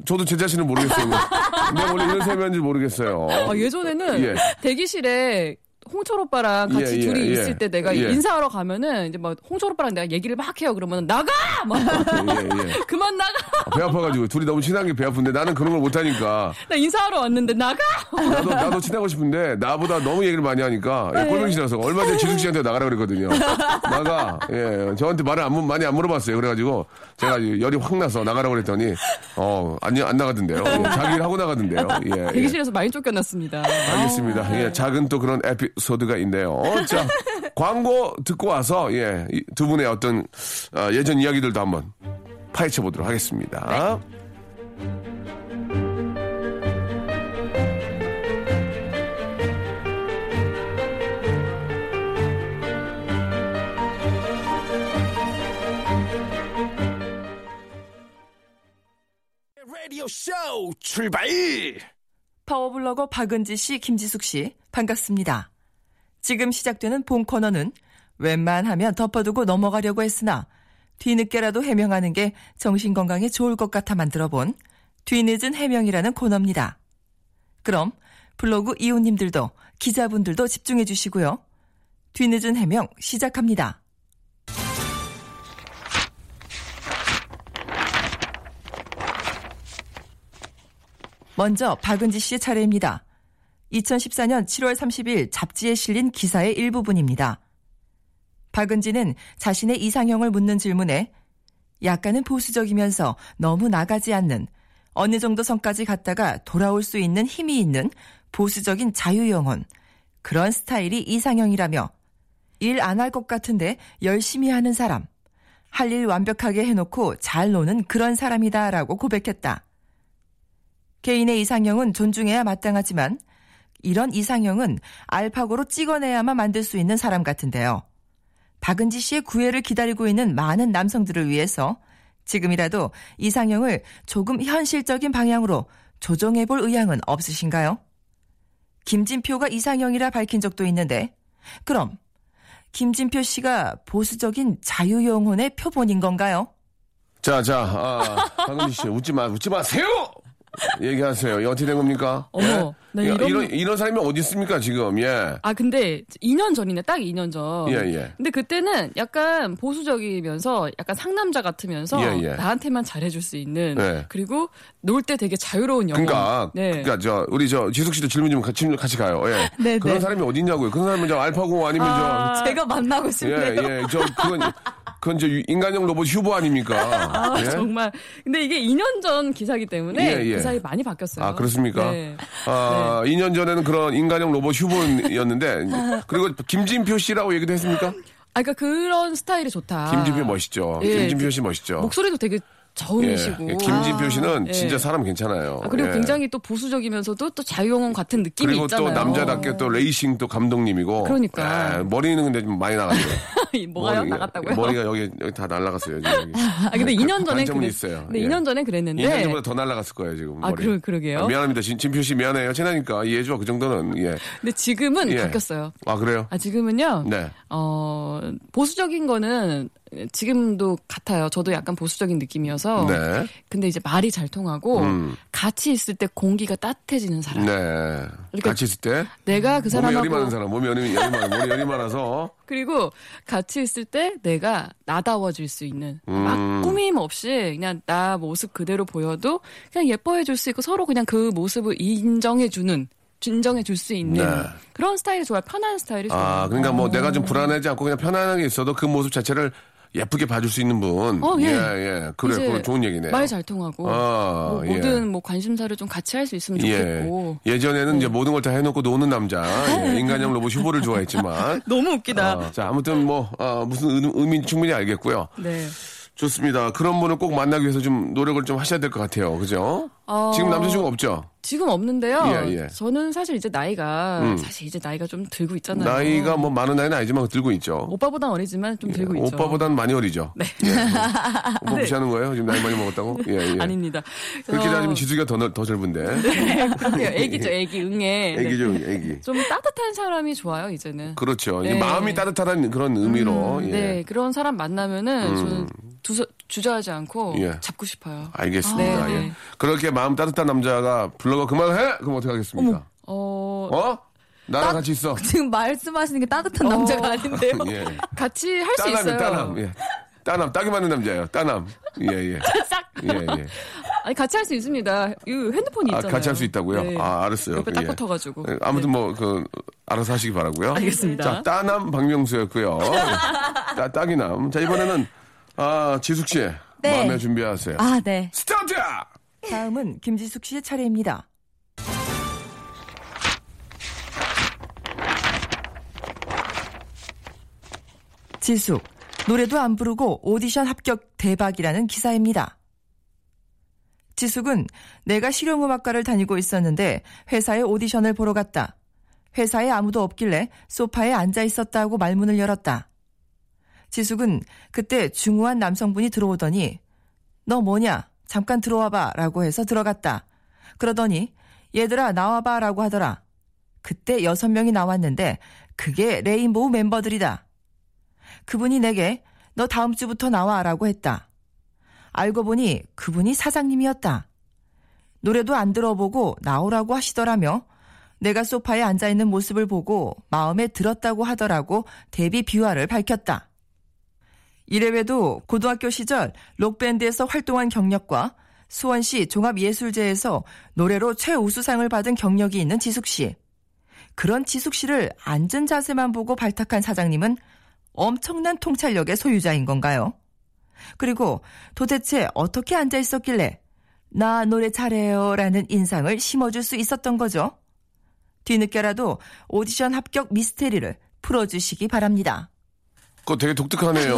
B: 저도 제 자신을 모르겠어요. 내가 원래 이런 세면인지 모르겠어요.
E: 아, 예전에는
B: 예.
E: 대기실에 홍철 오빠랑 같이
B: 예, 예,
E: 둘이
B: 예.
E: 있을 때 내가
B: 예.
E: 인사하러 가면은 이제 막 홍철 오빠랑 내가 얘기를 막 해요. 그러면 나가! 막
B: 예, 예.
E: 그만 나가!
B: 배 아파가지고 둘이 너무 친한 게 배 아픈데 나는 그런 걸 못하니까
E: 나 인사하러 왔는데 나가!
B: 나도 나도 친하고 싶은데 나보다 너무 얘기를 많이 하니까 예, 꼴보기 싫어서 얼마 전에 지숙 씨한테 나가라 그랬거든요. 나가 예 저한테 말을 안 물- 많이 안 물어봤어요. 그래가지고 제가 이제 열이 확 나서 나가라고 그랬더니 어안 안 나가던데요. 예, 자기 일 하고 나가던데요. 예, 예.
E: 대기실에서 많이 쫓겨났습니다. 아,
B: 알겠습니다.
E: 네.
B: 예, 작은 또 그런 에피소드가 있네요. 자, 광고 듣고 와서 예, 이두 분의 어떤 아, 예전 이야기들도 한번 파헤쳐 보도록 하겠습니다.
E: 네.
A: radio show 출발
F: 파워블로거 박은지 씨, 김지숙 씨, 반갑습니다. 지금 시작되는 본 코너는 웬만하면 덮어두고 넘어가려고 했으나 뒤늦게라도 해명하는 게 정신건강에 좋을 것 같아 만들어본 뒤늦은 해명이라는 코너입니다. 그럼 블로그 이웃님들도 기자분들도 집중해 주시고요. 뒤늦은 해명 시작합니다. 먼저 박은지 씨의 차례입니다. 2014년 7월 30일 잡지에 실린 기사의 일부분입니다. 박은지는 자신의 이상형을 묻는 질문에 약간은 보수적이면서 너무 나가지 않는 어느 정도 선까지 갔다가 돌아올 수 있는 힘이 있는 보수적인 자유영혼 그런 스타일이 이상형이라며 일 안 할 것 같은데 열심히 하는 사람 할 일 완벽하게 해놓고 잘 노는 그런 사람이다라고 고백했다. 개인의 이상형은 존중해야 마땅하지만 이런 이상형은 알파고로 찍어내야만 만들 수 있는 사람 같은데요. 박은지 씨의 구애를 기다리고 있는 많은 남성들을 위해서 지금이라도 이상형을 조금 현실적인 방향으로 조정해 볼 의향은 없으신가요? 김진표가 이상형이라 밝힌 적도 있는데 그럼 김진표 씨가 보수적인 자유영혼의 표본인 건가요?
B: 자, 자, 아, 박은지 씨 웃지 마, 웃지 마세요. 얘기하세요. 이거 어떻게 된 겁니까?
E: 어머, 나
B: 야,
E: 이런-
B: 이런 이런 사람이 어디 있습니까 지금? 예,
E: 아 근데 2년 전이네 딱 2년 전.
B: 예, 예.
E: 근데 그때는 약간 보수적이면서 약간 상남자 같으면서
B: 예, 예.
E: 나한테만 잘해줄 수 있는
B: 네.
E: 그리고 놀 때 되게 자유로운 영혼.
B: 그러니까,
E: 네.
B: 그러니까 저 우리 저 지숙 씨도 질문 좀 같이 같이 가요. 예,
D: 네,
B: 그런
D: 네.
B: 사람이 어디 있냐고요? 그런 사람은 저 알파고 아니면 저
D: 제가 만나고 싶네요.
B: 예, 예. 저, 그건, 그건 저 인간형 로봇 휴보 아닙니까?
E: 아,
B: 예?
E: 정말. 근데 이게 2년 전 기사기 때문에 그
B: 예, 예.
E: 기사에 많이 바뀌었어요.
B: 아, 그렇습니까?
E: 네.
B: 아, 2년 전에는 그런 인간형 로봇 휴보였는데, 그리고 김진표 씨라고 얘기도 했습니까?
E: 아, 그러니까 그런 스타일이 좋다.
B: 김진표 멋있죠.
E: 아. 예,
B: 김진표 씨 멋있죠.
E: 목소리도 되게
B: 예,
E: 저음이시고.
B: 예, 김진표 씨는
E: 아,
B: 진짜
E: 예.
B: 사람 괜찮아요.
E: 아, 그리고
B: 예.
E: 굉장히 또 보수적이면서도 또 자유영혼 같은 느낌이
B: 그리고
E: 있잖아요.
B: 또 남자답게 또 레이싱 또 감독님이고.
E: 그러니까.
B: 예, 머리는 근데 좀 많이 나갔어요.
E: 이 뭐가요?
B: 머리,
E: 나갔다고요?
B: 머리가 여기, 여기 다 날라갔어요. 여기.
E: 아, 근데 2년 전에
B: 관점은
E: 그랬,
B: 있어요.
E: 네,
B: 예.
E: 2년 전에 그랬는데.
B: 인간 전보다 더 날라갔을 거예요 지금.
E: 아,
B: 머리.
E: 그러- 그러게요.
B: 아, 미안합니다, 진, 진표 씨 미안해요. 친하니까 이해해줘. 그 정도는 예.
E: 근데 지금은
B: 예.
E: 바뀌었어요.
B: 아 그래요?
E: 아, 지금은요.
B: 네.
E: 어, 보수적인 거는 지금도 같아요. 저도 약간 보수적인 느낌이어서.
B: 네.
E: 근데 이제 말이 잘 통하고
B: 음.
E: 같이 있을 때 공기가 따뜻해지는 사람.
B: 네.
E: 그러니까
B: 같이 있을 때
E: 내가 그
B: 몸에 열이
E: 사람하고
B: 많은 사람, 몸에 열이, 열이 많아, 몸에 열이 많아서
E: 그리고 같이 있을 때 내가 나다워질 수 있는
B: 음.
E: 막 꾸밈 없이 그냥 나 모습 그대로 보여도 그냥 예뻐해 줄 수 있고 서로 그냥 그 모습을 인정해 주는 진정해 줄 수 있는
B: 네.
E: 그런 스타일이 좋아요. 편한 스타일이 좋아요.
B: 아 그러니까 뭐 내가 좀 불안하지 않고 그냥 편안하게 있어도 그 모습 자체를 예쁘게 봐줄 수 있는 분.
E: 어, 예.
B: 예, 예. 그래,
E: 이제
B: 그거 좋은 얘기네요.
E: 말 잘 통하고
B: 아,
E: 뭐
B: 예.
E: 모든 뭐 관심사를 좀 같이 할 수 있으면
B: 예.
E: 좋겠고 음.
B: 예전에는 이제 모든 걸 다 해놓고 노는 남자. 예, 인간형 로봇 휴보를 좋아했지만.
E: 너무 웃기다.
B: 어, 자, 아무튼 뭐, 어, 무슨 의- 의미인지 충분히 알겠고요.
E: 네.
B: 좋습니다. 그런 분을 꼭 만나기 위해서 좀 노력을 좀 하셔야 될 것 같아요. 그죠?
E: 어,
B: 지금 남자친구 없죠?
E: 지금 없는데요.
B: 예, 예.
E: 저는 사실 이제 나이가
B: 음.
E: 사실 이제 나이가 좀 들고 있잖아요.
B: 나이가 뭐 많은 나이는 아니지만 들고 있죠.
E: 오빠보단 어리지만 좀 들고 있죠. 네.
B: 오빠보단 많이 어리죠. 네. 예. 오빠 무시하는 거예요? 지금 나이 많이 먹었다고? 예, 예.
E: 아닙니다. 어.
B: 그렇게
E: 그래서-
B: 따지면 지수기가 더, 넓- 더 젊은데.
E: 네, 그렇게요. 애기죠, 애기 응애. 네.
B: 애기죠, 애기.
E: 좀 따뜻한 사람이 좋아요 이제는.
B: 그렇죠. 이제
E: 네.
B: 마음이 따뜻하다는 그런 의미로. 예. 음.
E: 네, 그런 사람 만나면은 저는 두서, 주저하지 않고
B: 예.
E: 잡고 싶어요.
B: 알겠습니다.
E: 아, 네, 네.
B: 예. 그렇게 마음 따뜻한 남자가 블로거 그만해? 그럼 어떻게 하겠습니까?
E: 어,
B: 어? 나랑
D: 따-
B: 같이 있어.
E: 그
D: 지금 말씀하시는 게
B: 어.
D: 따뜻한 남자가 아닌데요.
B: 예.
E: 같이 할 수
B: 따남이
E: 있어요.
B: 따남. 예. 따남 딱이 맞는 남자예요. 따남. 예, 예.
E: 싹.
B: 예, 예.
E: 아니 같이 할 수 있습니다. 이 핸드폰이
B: 아,
E: 있잖아요. 네.
B: 같이 할 수 있다고요? 아, 알았어요.
E: 옆에 딱
B: 예.
E: 붙어가지고. 네.
B: 예, 아무튼 뭐 그 알아서 하시기 바라고요.
E: 알겠습니다.
B: 자, 따남 박명수였고요. 따, 딱이남. 자, 이번에는 아, 지숙 씨.
D: 네.
B: 마음에 준비하세요.
D: 아, 네.
B: 스타트!
F: 다음은 김지숙 씨의 차례입니다. 지숙, 노래도 안 부르고 오디션 합격 대박이라는 기사입니다. 지숙은 내가 실용음악과를 다니고 있었는데 회사에 오디션을 보러 갔다. 회사에 아무도 없길래 소파에 앉아 있었다고 말문을 열었다. 지숙은 그때 중후한 남성분이 들어오더니 너 뭐냐? 잠깐 들어와봐. 라고 해서 들어갔다. 그러더니, 얘들아, 나와봐. 라고 하더라. 그때 여섯 명이 나왔는데, 그게 레인보우 멤버들이다. 그분이 내게, 너 다음 주부터 나와. 라고 했다. 알고 보니 그분이 사장님이었다. 노래도 안 들어보고 나오라고 하시더라며, 내가 소파에 앉아있는 모습을 보고 마음에 들었다고 하더라고 데뷔 비화를 밝혔다. 이래봬도 고등학교 시절 록밴드에서 활동한 경력과 수원시 종합예술제에서 노래로 최우수상을 받은 경력이 있는 지숙 씨. 그런 지숙 씨를 앉은 자세만 보고 발탁한 사장님은 엄청난 통찰력의 소유자인 건가요? 그리고 도대체 어떻게 앉아 있었길래 나 노래 잘해요 라는 인상을 심어줄 수 있었던 거죠? 뒤늦게라도 오디션 합격 미스테리를 풀어주시기 바랍니다.
B: 그거 되게 독특하네요.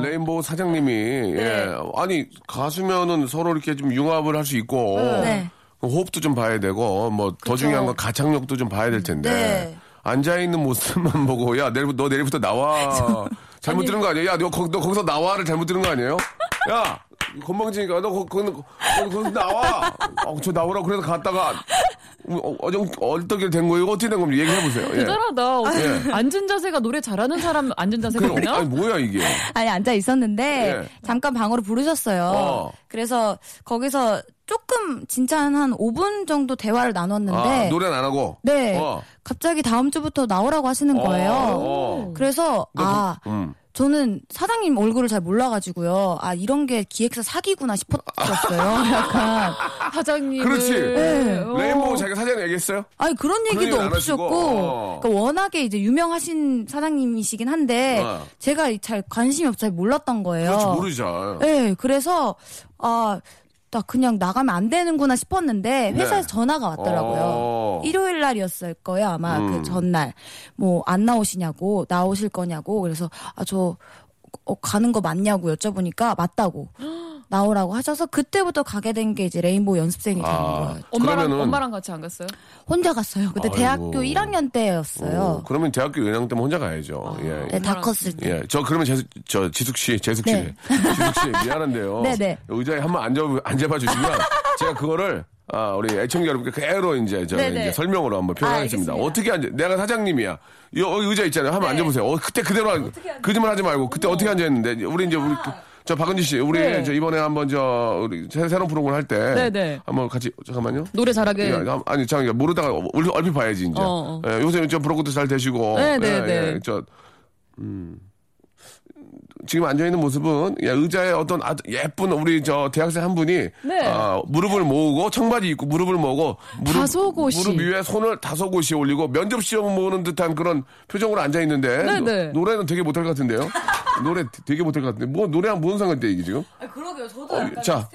B: 예, 레인보우 사장님이. 예. 아니, 가수면은 서로 이렇게 좀 융합을 할 수 있고. 그
D: 네.
B: 호흡도 좀 봐야 되고, 뭐, 더 중요한 건 가창력도 좀 봐야 될 텐데.
D: 네.
B: 앉아있는 모습만 보고, 야, 내일부터, 너 내일부터 나와. 잘못 들은 거 아니야? 야, 너, 거, 너 거기서 나와를 잘못 들은 거 아니에요? 야! 건방지니까, 너, 거, 거, 거, 거기서 나와! 어, 저 나오라고 그래서 갔다가, 어, 어, 정 얼떨결에 된 거예요? 이거 어떻게 된 겁니까? 얘기해보세요. 예.
E: 대단하다.
B: 예.
E: 앉은 자세가 노래 잘하는 사람 앉은 자세가
B: 그래,
E: 없냐?
B: 아니, 뭐야, 이게.
D: 아니 앉아 있었는데
B: 예.
D: 잠깐 방으로 부르셨어요.
B: 어.
D: 그래서 거기서 조금 진짜 한, 한 5분 정도 대화를 나눴는데
B: 아, 노래는 안 하고.
D: 네.
B: 어.
D: 갑자기 다음 주부터 나오라고 하시는 거예요.
B: 어, 어.
D: 그래서 아
B: 음.
D: 저는 사장님 얼굴을 잘 몰라가지고요. 아 이런 게 기획사 사기구나 싶었어요. 약간
E: 사장님.
B: 아,
E: 네.
B: 그렇지. 음.
D: 어.
B: 레인보우 자기가 사장님 얘기했어요?
D: 아니 그런 얘기도
B: 얘기는 안 하시고,
D: 없었고
B: 어.
D: 그러니까 워낙에 이제 유명하신 사장님이시긴 한데
B: 어.
D: 제가 잘 관심이 없어 잘 몰랐던 거예요.
B: 그렇지, 모르죠.
D: 네, 그래서 아, 나 그냥 나가면 안 되는구나 싶었는데 회사에서
B: 네.
D: 전화가
B: 어.
D: 왔더라고요. 일요일 날이었을 거예요, 아마
B: 음.
D: 그 전날 뭐 안 나오시냐고 나오실 거냐고 그래서 아 저 가는 거 맞냐고 여쭤보니까 맞다고 나오라고 하셔서 그때부터 가게 된 게 이제 레인보우 연습생이 되는
B: 아,
D: 거예요.
E: 엄마랑
B: 그러면은-
E: 엄마랑 같이 안 갔어요?
D: 혼자 갔어요. 그때
B: 아이고.
D: 대학교 1학년 때였어요.
B: 어, 그러면 대학교 연양 때면 혼자 가야죠. 예.
D: 네, 다 컸을 때.
B: 예, 저 그러면 재수, 저 지숙 씨, 재숙 씨,
D: 네.
B: 지숙 씨 미안한데요.
D: 네, 네.
B: 의자에 한번 앉아 앉아봐 주시면 제가 그거를 아 우리 애청자 여러분께 그대로 이제 저
D: 네, 네.
B: 이제 설명으로 한번 표현하겠습니다. 어떻게 앉아? 내가 사장님이야. 이 여기 의자 있잖아요. 한번 앉아보세요. 어, 그때 그대로 앉- 거짓말 하지 말고 그때 어떻게 네. 앉아있는데 우리 이제 우리 그- 저 박은지 씨, 우리
E: 네.
B: 저 이번에 한번 저 우리 새- 새로운 프로그램 할 때
E: 네, 네.
B: 한번 같이 잠깐만요.
E: 노래 잘하게.
B: 예, 한- 아니 잠깐 모르다가 얼- 얼핏 봐야지 이제
E: 네. 어, 어.
B: 예, 요새 저 브로커도 잘 되시고
E: 네, 네,
B: 예,
E: 네.
B: 예, 저 음. 지금 앉아 있는 모습은 예, 의자에 어떤 아주 예쁜 우리 저 대학생 한 분이
E: 네.
B: 아, 무릎을 모으고 청바지 입고 무릎을 모으고 무릎,
E: 다소곳이.
B: 무릎 위에 손을 다소곳이 올리고 면접 시험 보는 듯한 그런 표정으로 앉아 있는데
E: 네, 네.
B: 노래는 되게 못할 것 같은데요. 노래 되게 못할 것 같은데 뭐 노래랑 무슨 상관인데 이게 지금?
D: 아, 그러게요. 저도
B: 어, 약간 자.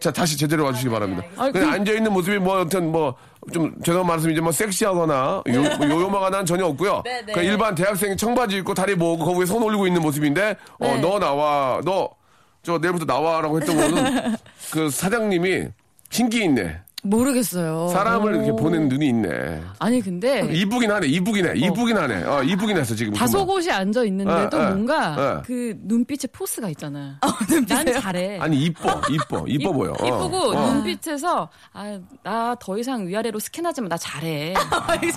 B: 자 다시 제대로 와주시기 바랍니다.
E: 아,
B: 그냥
E: 그-
B: 앉아 있는 모습이 뭐 여튼 뭐 좀 죄송한 말씀이지만 뭐 섹시하거나 요, 뭐 요요마가 난 전혀 없고요.
E: 네,
B: 그냥 일반 대학생이 청바지 입고 다리 모으고 거기에 손 올리고 있는 모습인데
D: 네.
B: 어 너 나와 너 저 내일부터 나와라고 했던 거는 그 사장님이 신기 있네.
D: 모르겠어요.
B: 사람을 이렇게 보낸 눈이 있네.
E: 아니 근데
B: 이쁘긴 하네. 이쁘긴 해. 이쁘긴 하네. 어 이쁘긴 했어 지금. 금방.
E: 다소곳이 앉아 있는데도
B: 예, 예,
E: 뭔가
B: 예.
E: 그 눈빛의 포스가 있잖아. 난 잘해.
B: 아니 이뻐 이뻐 이뻐
E: 이-
B: 보여. 어,
E: 이쁘고
B: 어.
E: 눈빛에서 아 나 더 이상 위아래로 스캔하지 마나 잘해.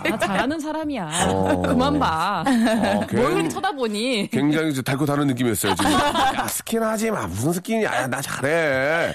E: 나 잘하는 사람이야.
B: 어.
E: 그만 봐.
B: 어,
E: 뭘 그렇게
B: 괜히-
E: 쳐다보니?
B: 굉장히 저 달고 다른 느낌이었어요, 지금. 야, 스킨하지 마. 무슨 스킨이야. 야, 나 잘해.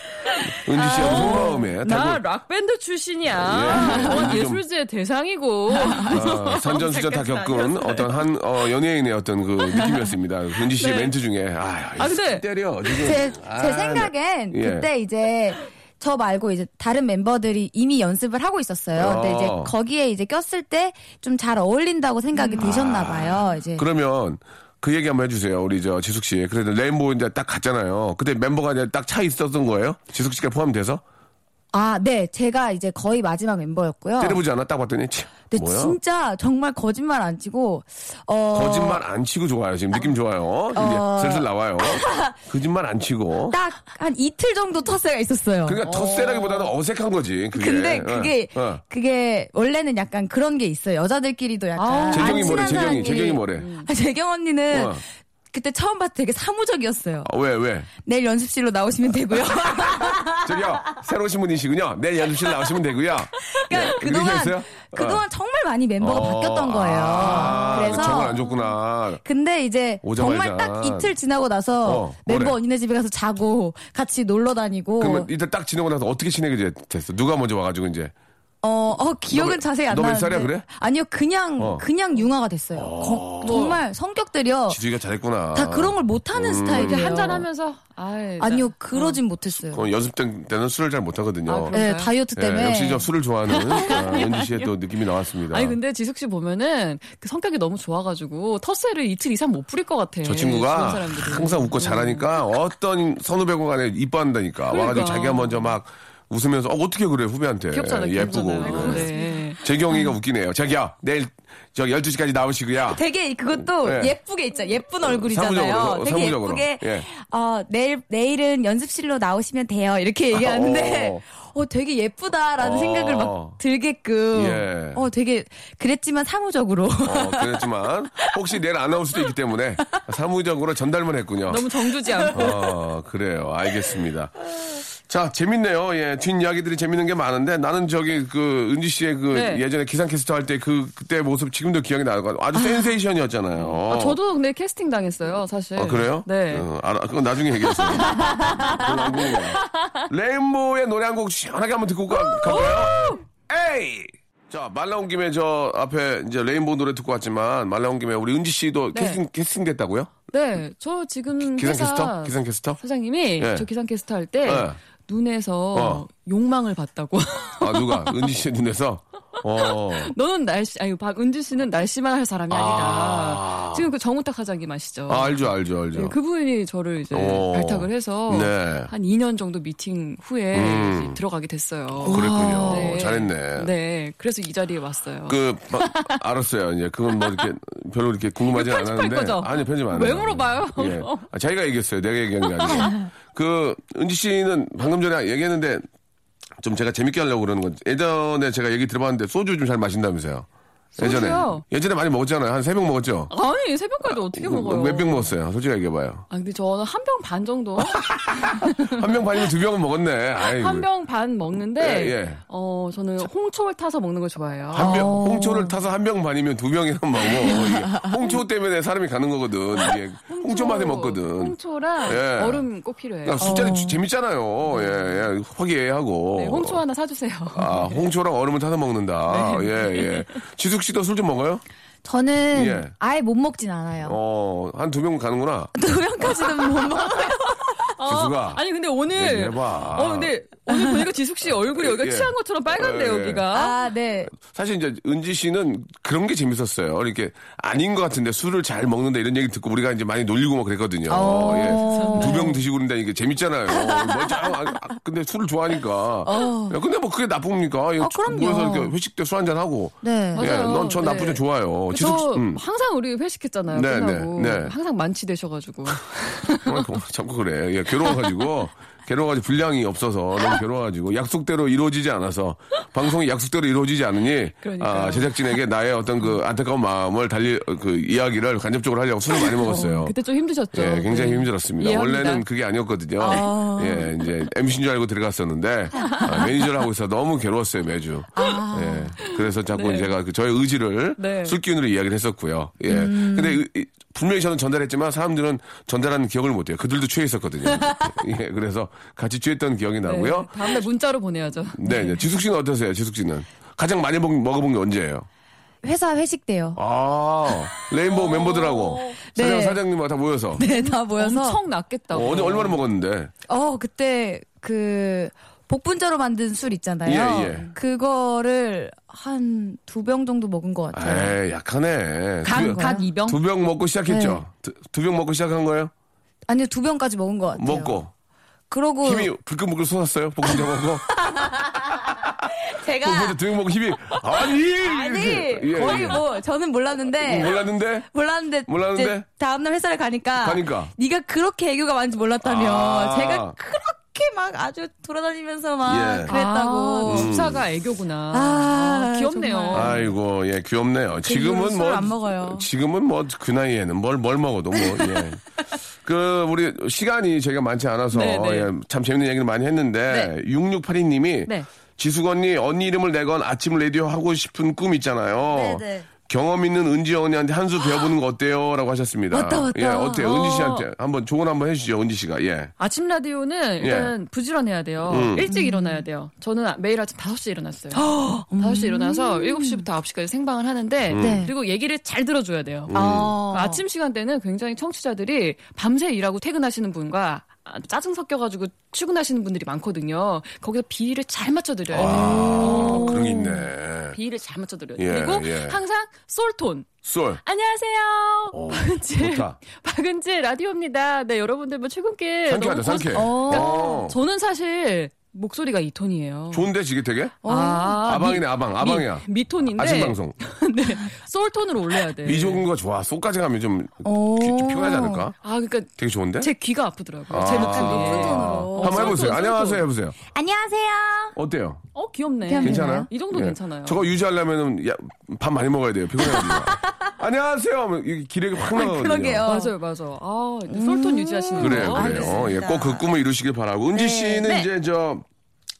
B: 은지 씨가 무슨 마음에. 달고,
E: 나 밴드 출신이야.
B: 뭐 예.
E: 그건
B: 좀-
E: 예술제 대상이고.
B: 아, 선전수전 다 겪은 어떤 한 어, 연예인의 어떤 그 느낌이었습니다. 은지 씨의
E: 네.
B: 멘트 중에 아,
E: 아, 근데-
B: 때려 지금
D: 제,
B: 아,
D: 제 생각엔
B: 예.
D: 그때 이제 저 말고 이제 다른 멤버들이 이미 연습을 하고 있었어요. 근데 이제
B: 어.
D: 거기에 이제 꼈을 때 좀 잘 어울린다고 생각이 드셨나 봐요.
B: 음.
D: 이제
B: 아. 네. 그러면 그 얘기 한번 해주세요. 우리 저 지숙 씨. 그래도 레인보우 이제 딱 갔잖아요. 그때 멤버가 이제 딱 차 있었던 거예요? 지숙 씨가 포함돼서?
D: 아, 네. 제가 이제 거의 마지막 멤버였고요.
B: 때려보지 않아? 딱 봤더니 치,
D: 어. 근데
B: 뭐야?
D: 진짜 정말 거짓말 안 치고 어
B: 거짓말 안 치고 좋아요. 지금 느낌 좋아요.
D: 어.
B: 이제 슬슬 나와요. 거짓말 안 치고.
D: 딱 한 이틀 정도 터세가 있었어요.
B: 그러니까 덧세라기보다는 어색한 거지. 그게.
D: 근데
B: 예,
D: 그게
B: 예.
D: 그게 원래는 약간 그런 게 있어요. 여자들끼리도 약간
E: 아우.
D: 안
B: 재경이 뭐래?
D: 친한
B: 재경이,
D: 사람끼리.
B: 재경이 뭐래?
D: 아, 재경 언니는
B: 어.
D: 그때 처음 봤을 때 되게 사무적이었어요.
B: 아, 왜, 왜?
D: 내일 연습실로 나오시면 되고요.
B: 저기요, 새로 오신 분이시군요. 내일 연습실 나오시면 되고요. 네,
D: 그러니까 그동안
B: 어. 아.
D: 그동안 정말 많이 멤버가 바뀌었던 거예요. 그래서
B: 정말 안 좋구나.
D: 근데 이제
B: 오자마자.
D: 정말 딱 이틀 지나고 나서
B: 어, 뭐래?
D: 멤버 언니네 집에 가서 자고 같이 놀러 다니고
B: 그러면 이때 딱 지내고 나서 어떻게 지내게 되- 됐어? 누가 먼저 와가지고 이제
D: 어, 어 기억은
B: 너 몇-
D: 자세히 안
B: 너몇
D: 나는데.
B: 살이야, 그래?
D: 아니요, 그냥
B: 어.
D: 그냥 융화가 됐어요. 거- 정말 성격들이요.
B: 지주이가 잘했구나.
D: 다 그런 걸
B: 음.
D: 못하는 스타일이에요.
E: 한잔 하면서 아
D: 아니요, 그러진 못했어요.
B: 어, 연습 때- 때는 술을 잘 못하거든요.
E: 아, 그럼-
D: 네,
E: 그런가요?
D: 다이어트
B: 예,
D: 때문에.
B: 역시 저 술을 좋아하는 아, 연지 씨의 또 느낌이 나왔습니다.
E: 아니 근데 지숙 씨 보면은 그 성격이 너무 좋아가지고 텃세를 이틀 이상 못 부릴 것 같아.
B: 저
E: 주변
B: 친구가
E: 사람들이.
B: 항상 웃고 잘하니까 어떤 선후배고 간에 이뻐한다니까. 와가지고 자기가 먼저 막 웃으면서 어, 어떻게 그래 후배한테.
E: 그러니까. 귀엽잖아,
B: 예쁘고.
E: 귀엽잖아요.
B: 예.
E: 네.
B: 재경이가 웃기고요. 자기야 내일 저 12시까지 나오시고요.
D: 되게 그것도
B: 예.
D: 예쁘게 있죠. 예쁜 얼굴이잖아요.
B: 사무적으로,
D: 되게
B: 사무적으로.
D: 예쁘게
B: 예.
D: 어, 내일 내일은 연습실로 나오시면 돼요. 이렇게 얘기하는데 어, 되게 예쁘다라는
B: 어.
D: 생각을 막 들게끔
B: 예.
D: 어, 되게 그랬지만 사무적으로
B: 어, 그랬지만 혹시 내일 안 나올 수도 있기 때문에 사무적으로 전달만 했군요.
E: 너무 정주지 않고.
B: 어, 그래요. 알겠습니다. 자, 재밌네요. 예, 뒷이야기들이 재밌는 게 많은데 나는 저기 그 은지 씨의 그
E: 네.
B: 예전에 기상캐스터 할 때 그 그때 모습 지금도 기억이 나고 아주 센세이션이었잖아요.
E: 아, 저도 근데 캐스팅 당했어요, 사실.
B: 어. 아, 그래요?
E: 네.
B: 어, 알아. 그건 나중에 얘기했어요. 레인보우의 노래 한 곡 시원하게 한번 듣고 가, 가볼까요? 에이! 자, 말 나온 김에 저 앞에 이제 레인보우 노래 듣고 왔지만 말 나온 김에 우리 은지 씨도
E: 네.
B: 캐스팅, 캐스팅 됐다고요?
E: 네, 저 지금
B: 기상캐스터?
E: 회사
B: 기상캐스터?
E: 사장님이
B: 예.
E: 저 기상캐스터 할 때
B: 예.
E: 눈에서
B: 어.
E: 욕망을 봤다고.
B: 아, 누가? 은지 씨 눈에서? 어.
E: 너는 날씨 아니 박은지 씨는 날씨만 할 사람이 아니다. 지금 그 정우탁 사장님 아시죠?
B: 아, 알죠, 알죠, 알죠.
E: 네, 그분이 저를 이제
B: 오.
E: 발탁을 해서
B: 네.
E: 한 2년 정도 미팅 후에
B: 음.
E: 이제 들어가게 됐어요.
B: 그랬군요. 어,
E: 네.
B: 잘했네.
E: 네, 그래서 이 자리에 왔어요.
B: 그, 막, 알았어요. 이제 그건 뭐 이렇게 별로 이렇게 궁금하지
E: 이거 편집할
B: 않았는데.
E: 거죠?
B: 아니, 편집 안 해요.
E: 왜 물어봐요?
B: 예. 아, 자기가 얘기했어요. 내가 얘기한 게 아니고. 그, 은지 씨는 방금 전에 얘기했는데 좀 제가 재밌게 하려고 그러는 건지. 예전에 제가 얘기 들어봤는데 소주 좀 잘 마신다면서요. 예전에.
E: 소주요?
B: 예전에 많이 먹었잖아요. 한 세 병 먹었죠?
E: 아니 새벽까지 어떻게 먹어요?
B: 그 몇 병 먹었어요? 솔직히 얘기해봐요.
E: 아 근데 저는 한 병 반 정도
B: 한 병 반이면 두 병은 먹었네. 아이고.
E: 한 병 반 먹는데
B: 예, 예.
E: 어 저는 홍초를 타서 먹는 걸 좋아해요.
B: 한 병, 홍초를 타서 한 병 반이면 두 병이나 먹어. 이게 홍초 때문에 사람이 가는 거거든. 이게 홍초 맛에 먹거든.
E: 홍초랑
B: 예.
E: 얼음 꼭 필요해요.
B: 그러니까 숫자리 주- 재밌잖아요. 예, 예. 화기애애하고.
E: 네, 홍초 하나 사주세요. 네.
B: 아, 홍초랑 얼음을 타서 먹는다. 예, 예. 지숙 씨도 술 좀 먹어요?
D: 저는
B: 예.
D: 아예 못 먹진
E: 네.
D: 않아요.
B: 어, 한 두 병 가는구나.
D: 두 명까지는 못 먹어요.
B: 지숙아.
E: 어, 아니 근데 오늘
B: 네, 얘기해봐.
E: 어 근데 오늘 보니까 지숙 씨 얼굴이 여기가
B: 예.
E: 취한 것처럼 빨간데
B: 예, 예.
E: 여기가
D: 아, 네.
B: 사실 이제 은지 씨는 그런 게 재밌었어요. 이렇게 아닌 것 같은데 술을 잘 먹는다 이런 얘기 듣고 우리가 이제 많이 놀리고 막 그랬거든요.
D: 어.
B: 예. 두 병 드시고 그런다 이게 재밌잖아요. 먼저 아, 아, 근데 술을 좋아하니까. 야, 근데 뭐 그게 나쁩니까? 예,
D: 어. 아, 그럼요.
B: 모여서 이렇게 회식 때 술 한잔 하고.
D: 네. 그
B: 예,
E: 맞아요.
B: 넌전 나쁘지
E: 네.
B: 좋아요. 지숙 씨,
E: 저
B: 음.
E: 항상 우리 회식했잖아요.
B: 네,
E: 끝나고
B: 네, 네.
E: 항상 만취되셔가지고
B: 정말 고- 어, 자꾸 그래. 예, 괴로워가지고. 괴로워가지고 분량이 없어서 너무 괴로워가지고 약속대로 이루어지지 않아서 방송이 약속대로 이루어지지 않으니
E: 그러니까요.
B: 아, 제작진에게 나의 어떤 그 안타까운 마음을 달리 그 이야기를 간접적으로 하려고 술을 많이 먹었어요.
E: 그때 좀 힘드셨죠.
B: 예, 굉장히
E: 네.
B: 힘들었습니다.
E: 이해합니다.
B: 원래는 그게 아니었거든요. 예, 이제 MC인 줄 알고 들어갔었는데 아, 매니저를 하고 있어 너무 괴로웠어요 매주. 예, 그래서 자꾸 제가 그 저의 의지를
E: 아. 네. 음.
B: 술기운으로 이야기를 했었고요. 예, 근데 이- 이- 분명히 저는 전달했지만 사람들은 전달하는 기억을 못해요. 그들도 취해 있었거든요. 예, 그래서 같이 취했던
E: 네.
B: 기억이 나고요.
E: 다음날 문자로 보내야죠.
B: 네, 네. 지숙 씨는 어떠세요? 지숙 씨는 가장 많이 먹, 먹어본 게 언제예요?
D: 네. 회사 회식 때요.
B: 아, 레인보우
E: 어.
B: 멤버들하고 사장
D: 네.
B: 사장님하고 다 모여서
D: 네, 다 모여서.
E: 엄청 낫겠다.
B: 어, 어제 얼마나 먹었는데?
D: 어, 그때 그 복분자로 만든 술 있잖아요.
B: 예, 예.
D: 그거를 한 두 병 정도 먹은 것 같아요.
B: 에이, 약하네.
E: 각, 각 이병.
B: 두 병 먹고
D: 네.
B: 시작했죠. 두 병 먹고 시작한 거예요?
D: 아니요, 두 병까지 먹은 것 같아요.
B: 먹고
D: 그러고
B: 힘이 불끈불끈 솟았어요. 복근 잡아서.
D: 제가
B: 두병 먹고 힘이 아니.
D: 그러니까 아니
B: 이렇게. 어, 예,
D: 거의
B: 예. 음,
D: 뭐 저는 몰랐는데
B: 몰랐는데
D: 몰랐는데,
B: 몰랐는데?
D: 이제 다음날 회사를 가니까,
B: 가니까.
D: 네가 그렇게 애교가 많은지 몰랐다며
B: 아.
D: 제가 그렇게 막 아주 돌아다니면서 막
B: 예.
D: 그랬다고
E: 아, 주사가 애교구나.
D: 아,
E: 아, 귀엽네요.
D: 정말.
B: 아이고, 예, 귀엽네요. 지금은
D: 그 술을
B: 뭐,
D: 안 먹어요. 네.
B: 지금은 뭐, 그 나이에는 뭘, 뭘 먹어도 뭐, 예. 그, 우리, 시간이 저희가 많지 않아서,
E: 네, 네.
B: 예, 참 재밌는 얘기를 많이
D: 네.
B: 했는데, 6682님이,
E: 네.
B: 지숙 언니, 언니 이름을 내건 아침 라디오 하고 싶은 꿈 있잖아요.
D: 네, 네.
B: 음. 경험 있는 은지 언니한테 한 수 배워보는 거 어때요? 라고 하셨습니다.
D: 맞다, 맞다.
B: 예, 어때요?
E: 어.
B: 은지 씨한테 한번 조언 한번 해주시죠, 은지 씨가. 예. 음.
E: 아침 라디오는 일단 부지런해야 돼요. 일찍 일어나야 돼요. 저는 아- 매일 아침 5시에 일어났어요. 5시에 일어나서 7시부터 9시까지 생방을 하는데
D: 음.
B: 음.
D: 네.
E: 그리고 얘기를 잘 들어줘야 돼요.
D: 어.
E: 그러니까 아침 시간대는 굉장히 청취자들이 밤새 일하고 퇴근하시는 분과 아, 짜증 섞여가지고 출근하시는 분들이 많거든요. 거기서 비위를 잘 맞춰드려야 돼요.
B: 아, 그런 게 있네.
E: 비위를 잘 맞춰드려야
B: 예,
E: 돼요. 그리고
B: 예.
E: 항상 솔톤.
B: 쏠.
E: 안녕하세요.
B: 어,
E: 박은지.
B: 좋다.
E: 박은지 라디오입니다. 네, 여러분들 뭐 출근길.
B: 상쾌하다,
E: 너무
B: 상쾌.
E: 어.
B: 어.
E: 저는 사실 목소리가 이 톤이에요.
B: 좋은데, 지게 되게?
E: 아,
B: 아방이네, 아방. 아방이야.
E: 미, 네. 미톤인데.
B: 아침 방송.
E: 네. 솔톤으로 올려야 돼.
B: 미적인 거 좋아. 속까지 가면 좀
D: 오.
B: 귀- 좀 피곤하지 않을까?
E: 아, 그러니까
B: 되게 좋은데?
E: 어. 제 귀가 아프더라고요. 제 목소리.
D: 높은 톤으로.
E: 어,
B: 한번 해보세요.
E: 솔톤,
B: 안녕하세요.
E: 솔톤.
B: 해보세요.
D: 안녕하세요.
B: 어때요?
E: 어, 귀엽네.
D: 괜찮아요?
B: 괜찮아요?
E: 이 정도
B: 예.
E: 괜찮아요.
B: 저거 유지하려면 야, 밥 많이 먹어야 돼요. 피곤해가지고. 안녕하세요. 하면 이게 기력이 확 나가거든요.
D: 아, 그러게요. 어,
E: 맞아요, 맞아요. 아, 이제 솔톤 유지하시는
B: 그래요,
E: 거.
B: 그래요.
D: 알겠습니다. 네,
B: 예, 꼭 그 꿈을 이루시길 바라고. 은지 씨는 이제 저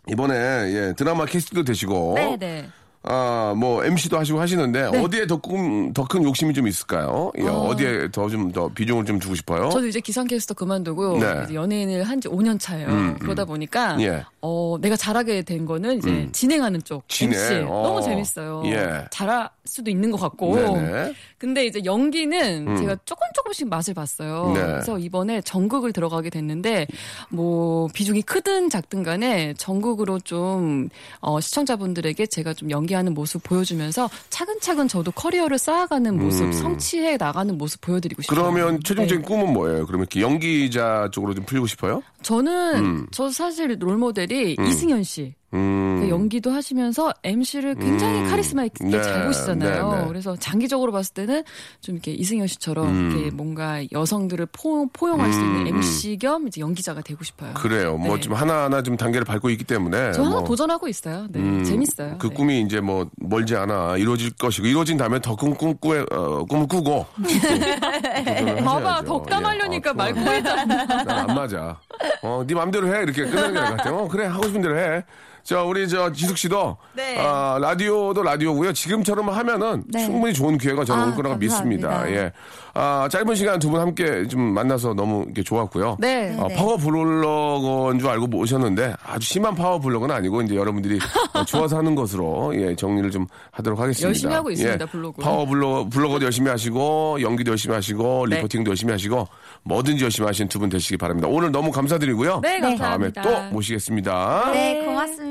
B: 이번에 예, 드라마 캐스트도 되시고
D: 어?
E: 네, 네.
B: 아, 뭐 MC도 하시고 하시는데
D: 네.
B: 어디에 더 꿈 더 큰 욕심이 좀 있을까요?
D: 아.
B: 예, 어디에 더 좀 더 비중을 좀 주고 싶어요?
E: 저도 이제 기상캐스터 그만두고
B: 네. 음,
E: 이제 연예인을 한 지 5년 차예요. 그러다 보니까
B: 예. 음.
E: 어, 내가 잘하게 된 거는 이제 진행하는 쪽
B: 진행.
E: MC
B: 어.
E: 너무 재밌어요.
B: 예.
E: 잘할 수도 있는 것 같고.
B: 네네.
E: 근데 이제 연기는 제가 조금 조금씩 맛을 봤어요.
B: 음. 네.
E: 그래서 이번에 전극을 들어가게 됐는데 뭐 비중이 크든 작든 간에 전극으로 좀 어, 시청자분들에게 제가 좀 연기하는 모습 보여주면서 차근차근 저도 커리어를 쌓아가는 모습, 성취해 나가는 모습 보여드리고
B: 음.
E: 싶어요.
B: 그러면
E: 네.
B: 최종적인 꿈은 뭐예요? 그러면 이렇게 연기자 쪽으로 좀 풀리고 싶어요?
E: 저는 저 사실 롤모델이 이승현 씨.
B: 음.
E: 그 연기도 하시면서 MC를 굉장히
B: 음.
E: 카리스마 있게
B: 네,
E: 잘 보시잖아요.
B: 네, 네.
E: 그래서 장기적으로 봤을 때는 좀 이렇게 이승현 씨처럼
B: 음.
E: 이렇게 뭔가 여성들을 포, 용할수 있는 MC 겸 이제 연기자가 되고 싶어요.
B: 그래요. 뭐
E: 네.
B: 좀 하나하나 좀 단계를 밟고 있기 때문에.
E: 저 하나
B: 뭐,
E: 도전하고 있어요. 네,
B: 음,
E: 재밌어요.
B: 그
E: 네.
B: 꿈이 이제 뭐 멀지 않아 이루어질 것이고 이루어진 다음에 더큰 꿈, 꿈, 어, 꿈을 꾸고.
E: 네. 봐봐,
B: 예.
E: 덕담하려니까 말 꼬이잖아.
B: 어, 난안 맞아. 어, 네 맘대로 해. 이렇게 끝나는 게 나을 것 같아. 어, 그래. 하고 싶은 대로 해. 자, 우리 저 지숙 씨도.
D: 네.
B: 아, 라디오도 라디오고요. 지금처럼 하면은
D: 네.
B: 충분히 좋은 기회가 저는
D: 아,
B: 올 거라고
D: 감사합니다.
B: 믿습니다. 예. 아, 짧은 시간 두 분 함께 좀 만나서 너무 이렇게 좋았고요.
E: 네.
B: 어,
D: 네.
B: 파워 블로거인 줄 알고 오셨는데 아주 심한 파워 블로거는 아니고 이제 여러분들이 어, 좋아서 하는 것으로 예, 정리를 좀 하도록 하겠습니다. 예.
E: 열심히 하고 있습니다, 블로그.
B: 파워 블로거, 블로거도 열심히 하시고 연기도 열심히 하시고
E: 네.
B: 리포팅도 열심히 하시고 뭐든지 열심히 하시는 두 분 되시기 바랍니다. 오늘 너무 감사드리고요.
E: 네, 감사합니다.
B: 다음에 또 모시겠습니다.
D: 네, 고맙습니다.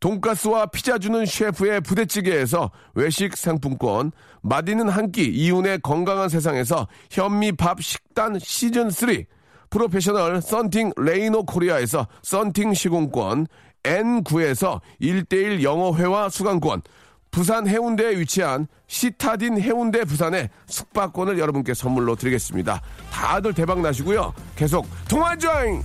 B: 돈가스와 피자 주는 셰프의 부대찌개에서 외식 상품권, 맛있는 한 끼 이윤의 건강한 세상에서 현미밥 식단 시즌 3, 프로페셔널 썬팅 레이노 코리아에서 썬팅 시공권, N9에서 1대1 영어회화 수강권, 부산 해운대에 위치한 시타딘 해운대 부산의 숙박권을 여러분께 선물로 드리겠습니다. 다들 대박 나시고요. 계속 동안join!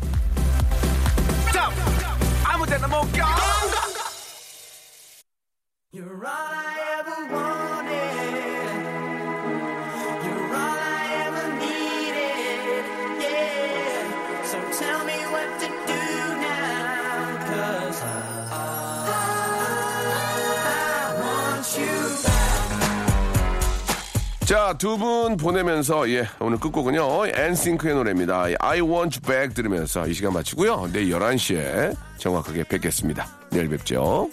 B: 자, 두 분 보내면서, 예, 오늘 끝곡은요, 엔싱크의 노래입니다. I want you back 들으면서 이 시간 마치고요. 내일 11시에 정확하게 뵙겠습니다. 내일 뵙죠.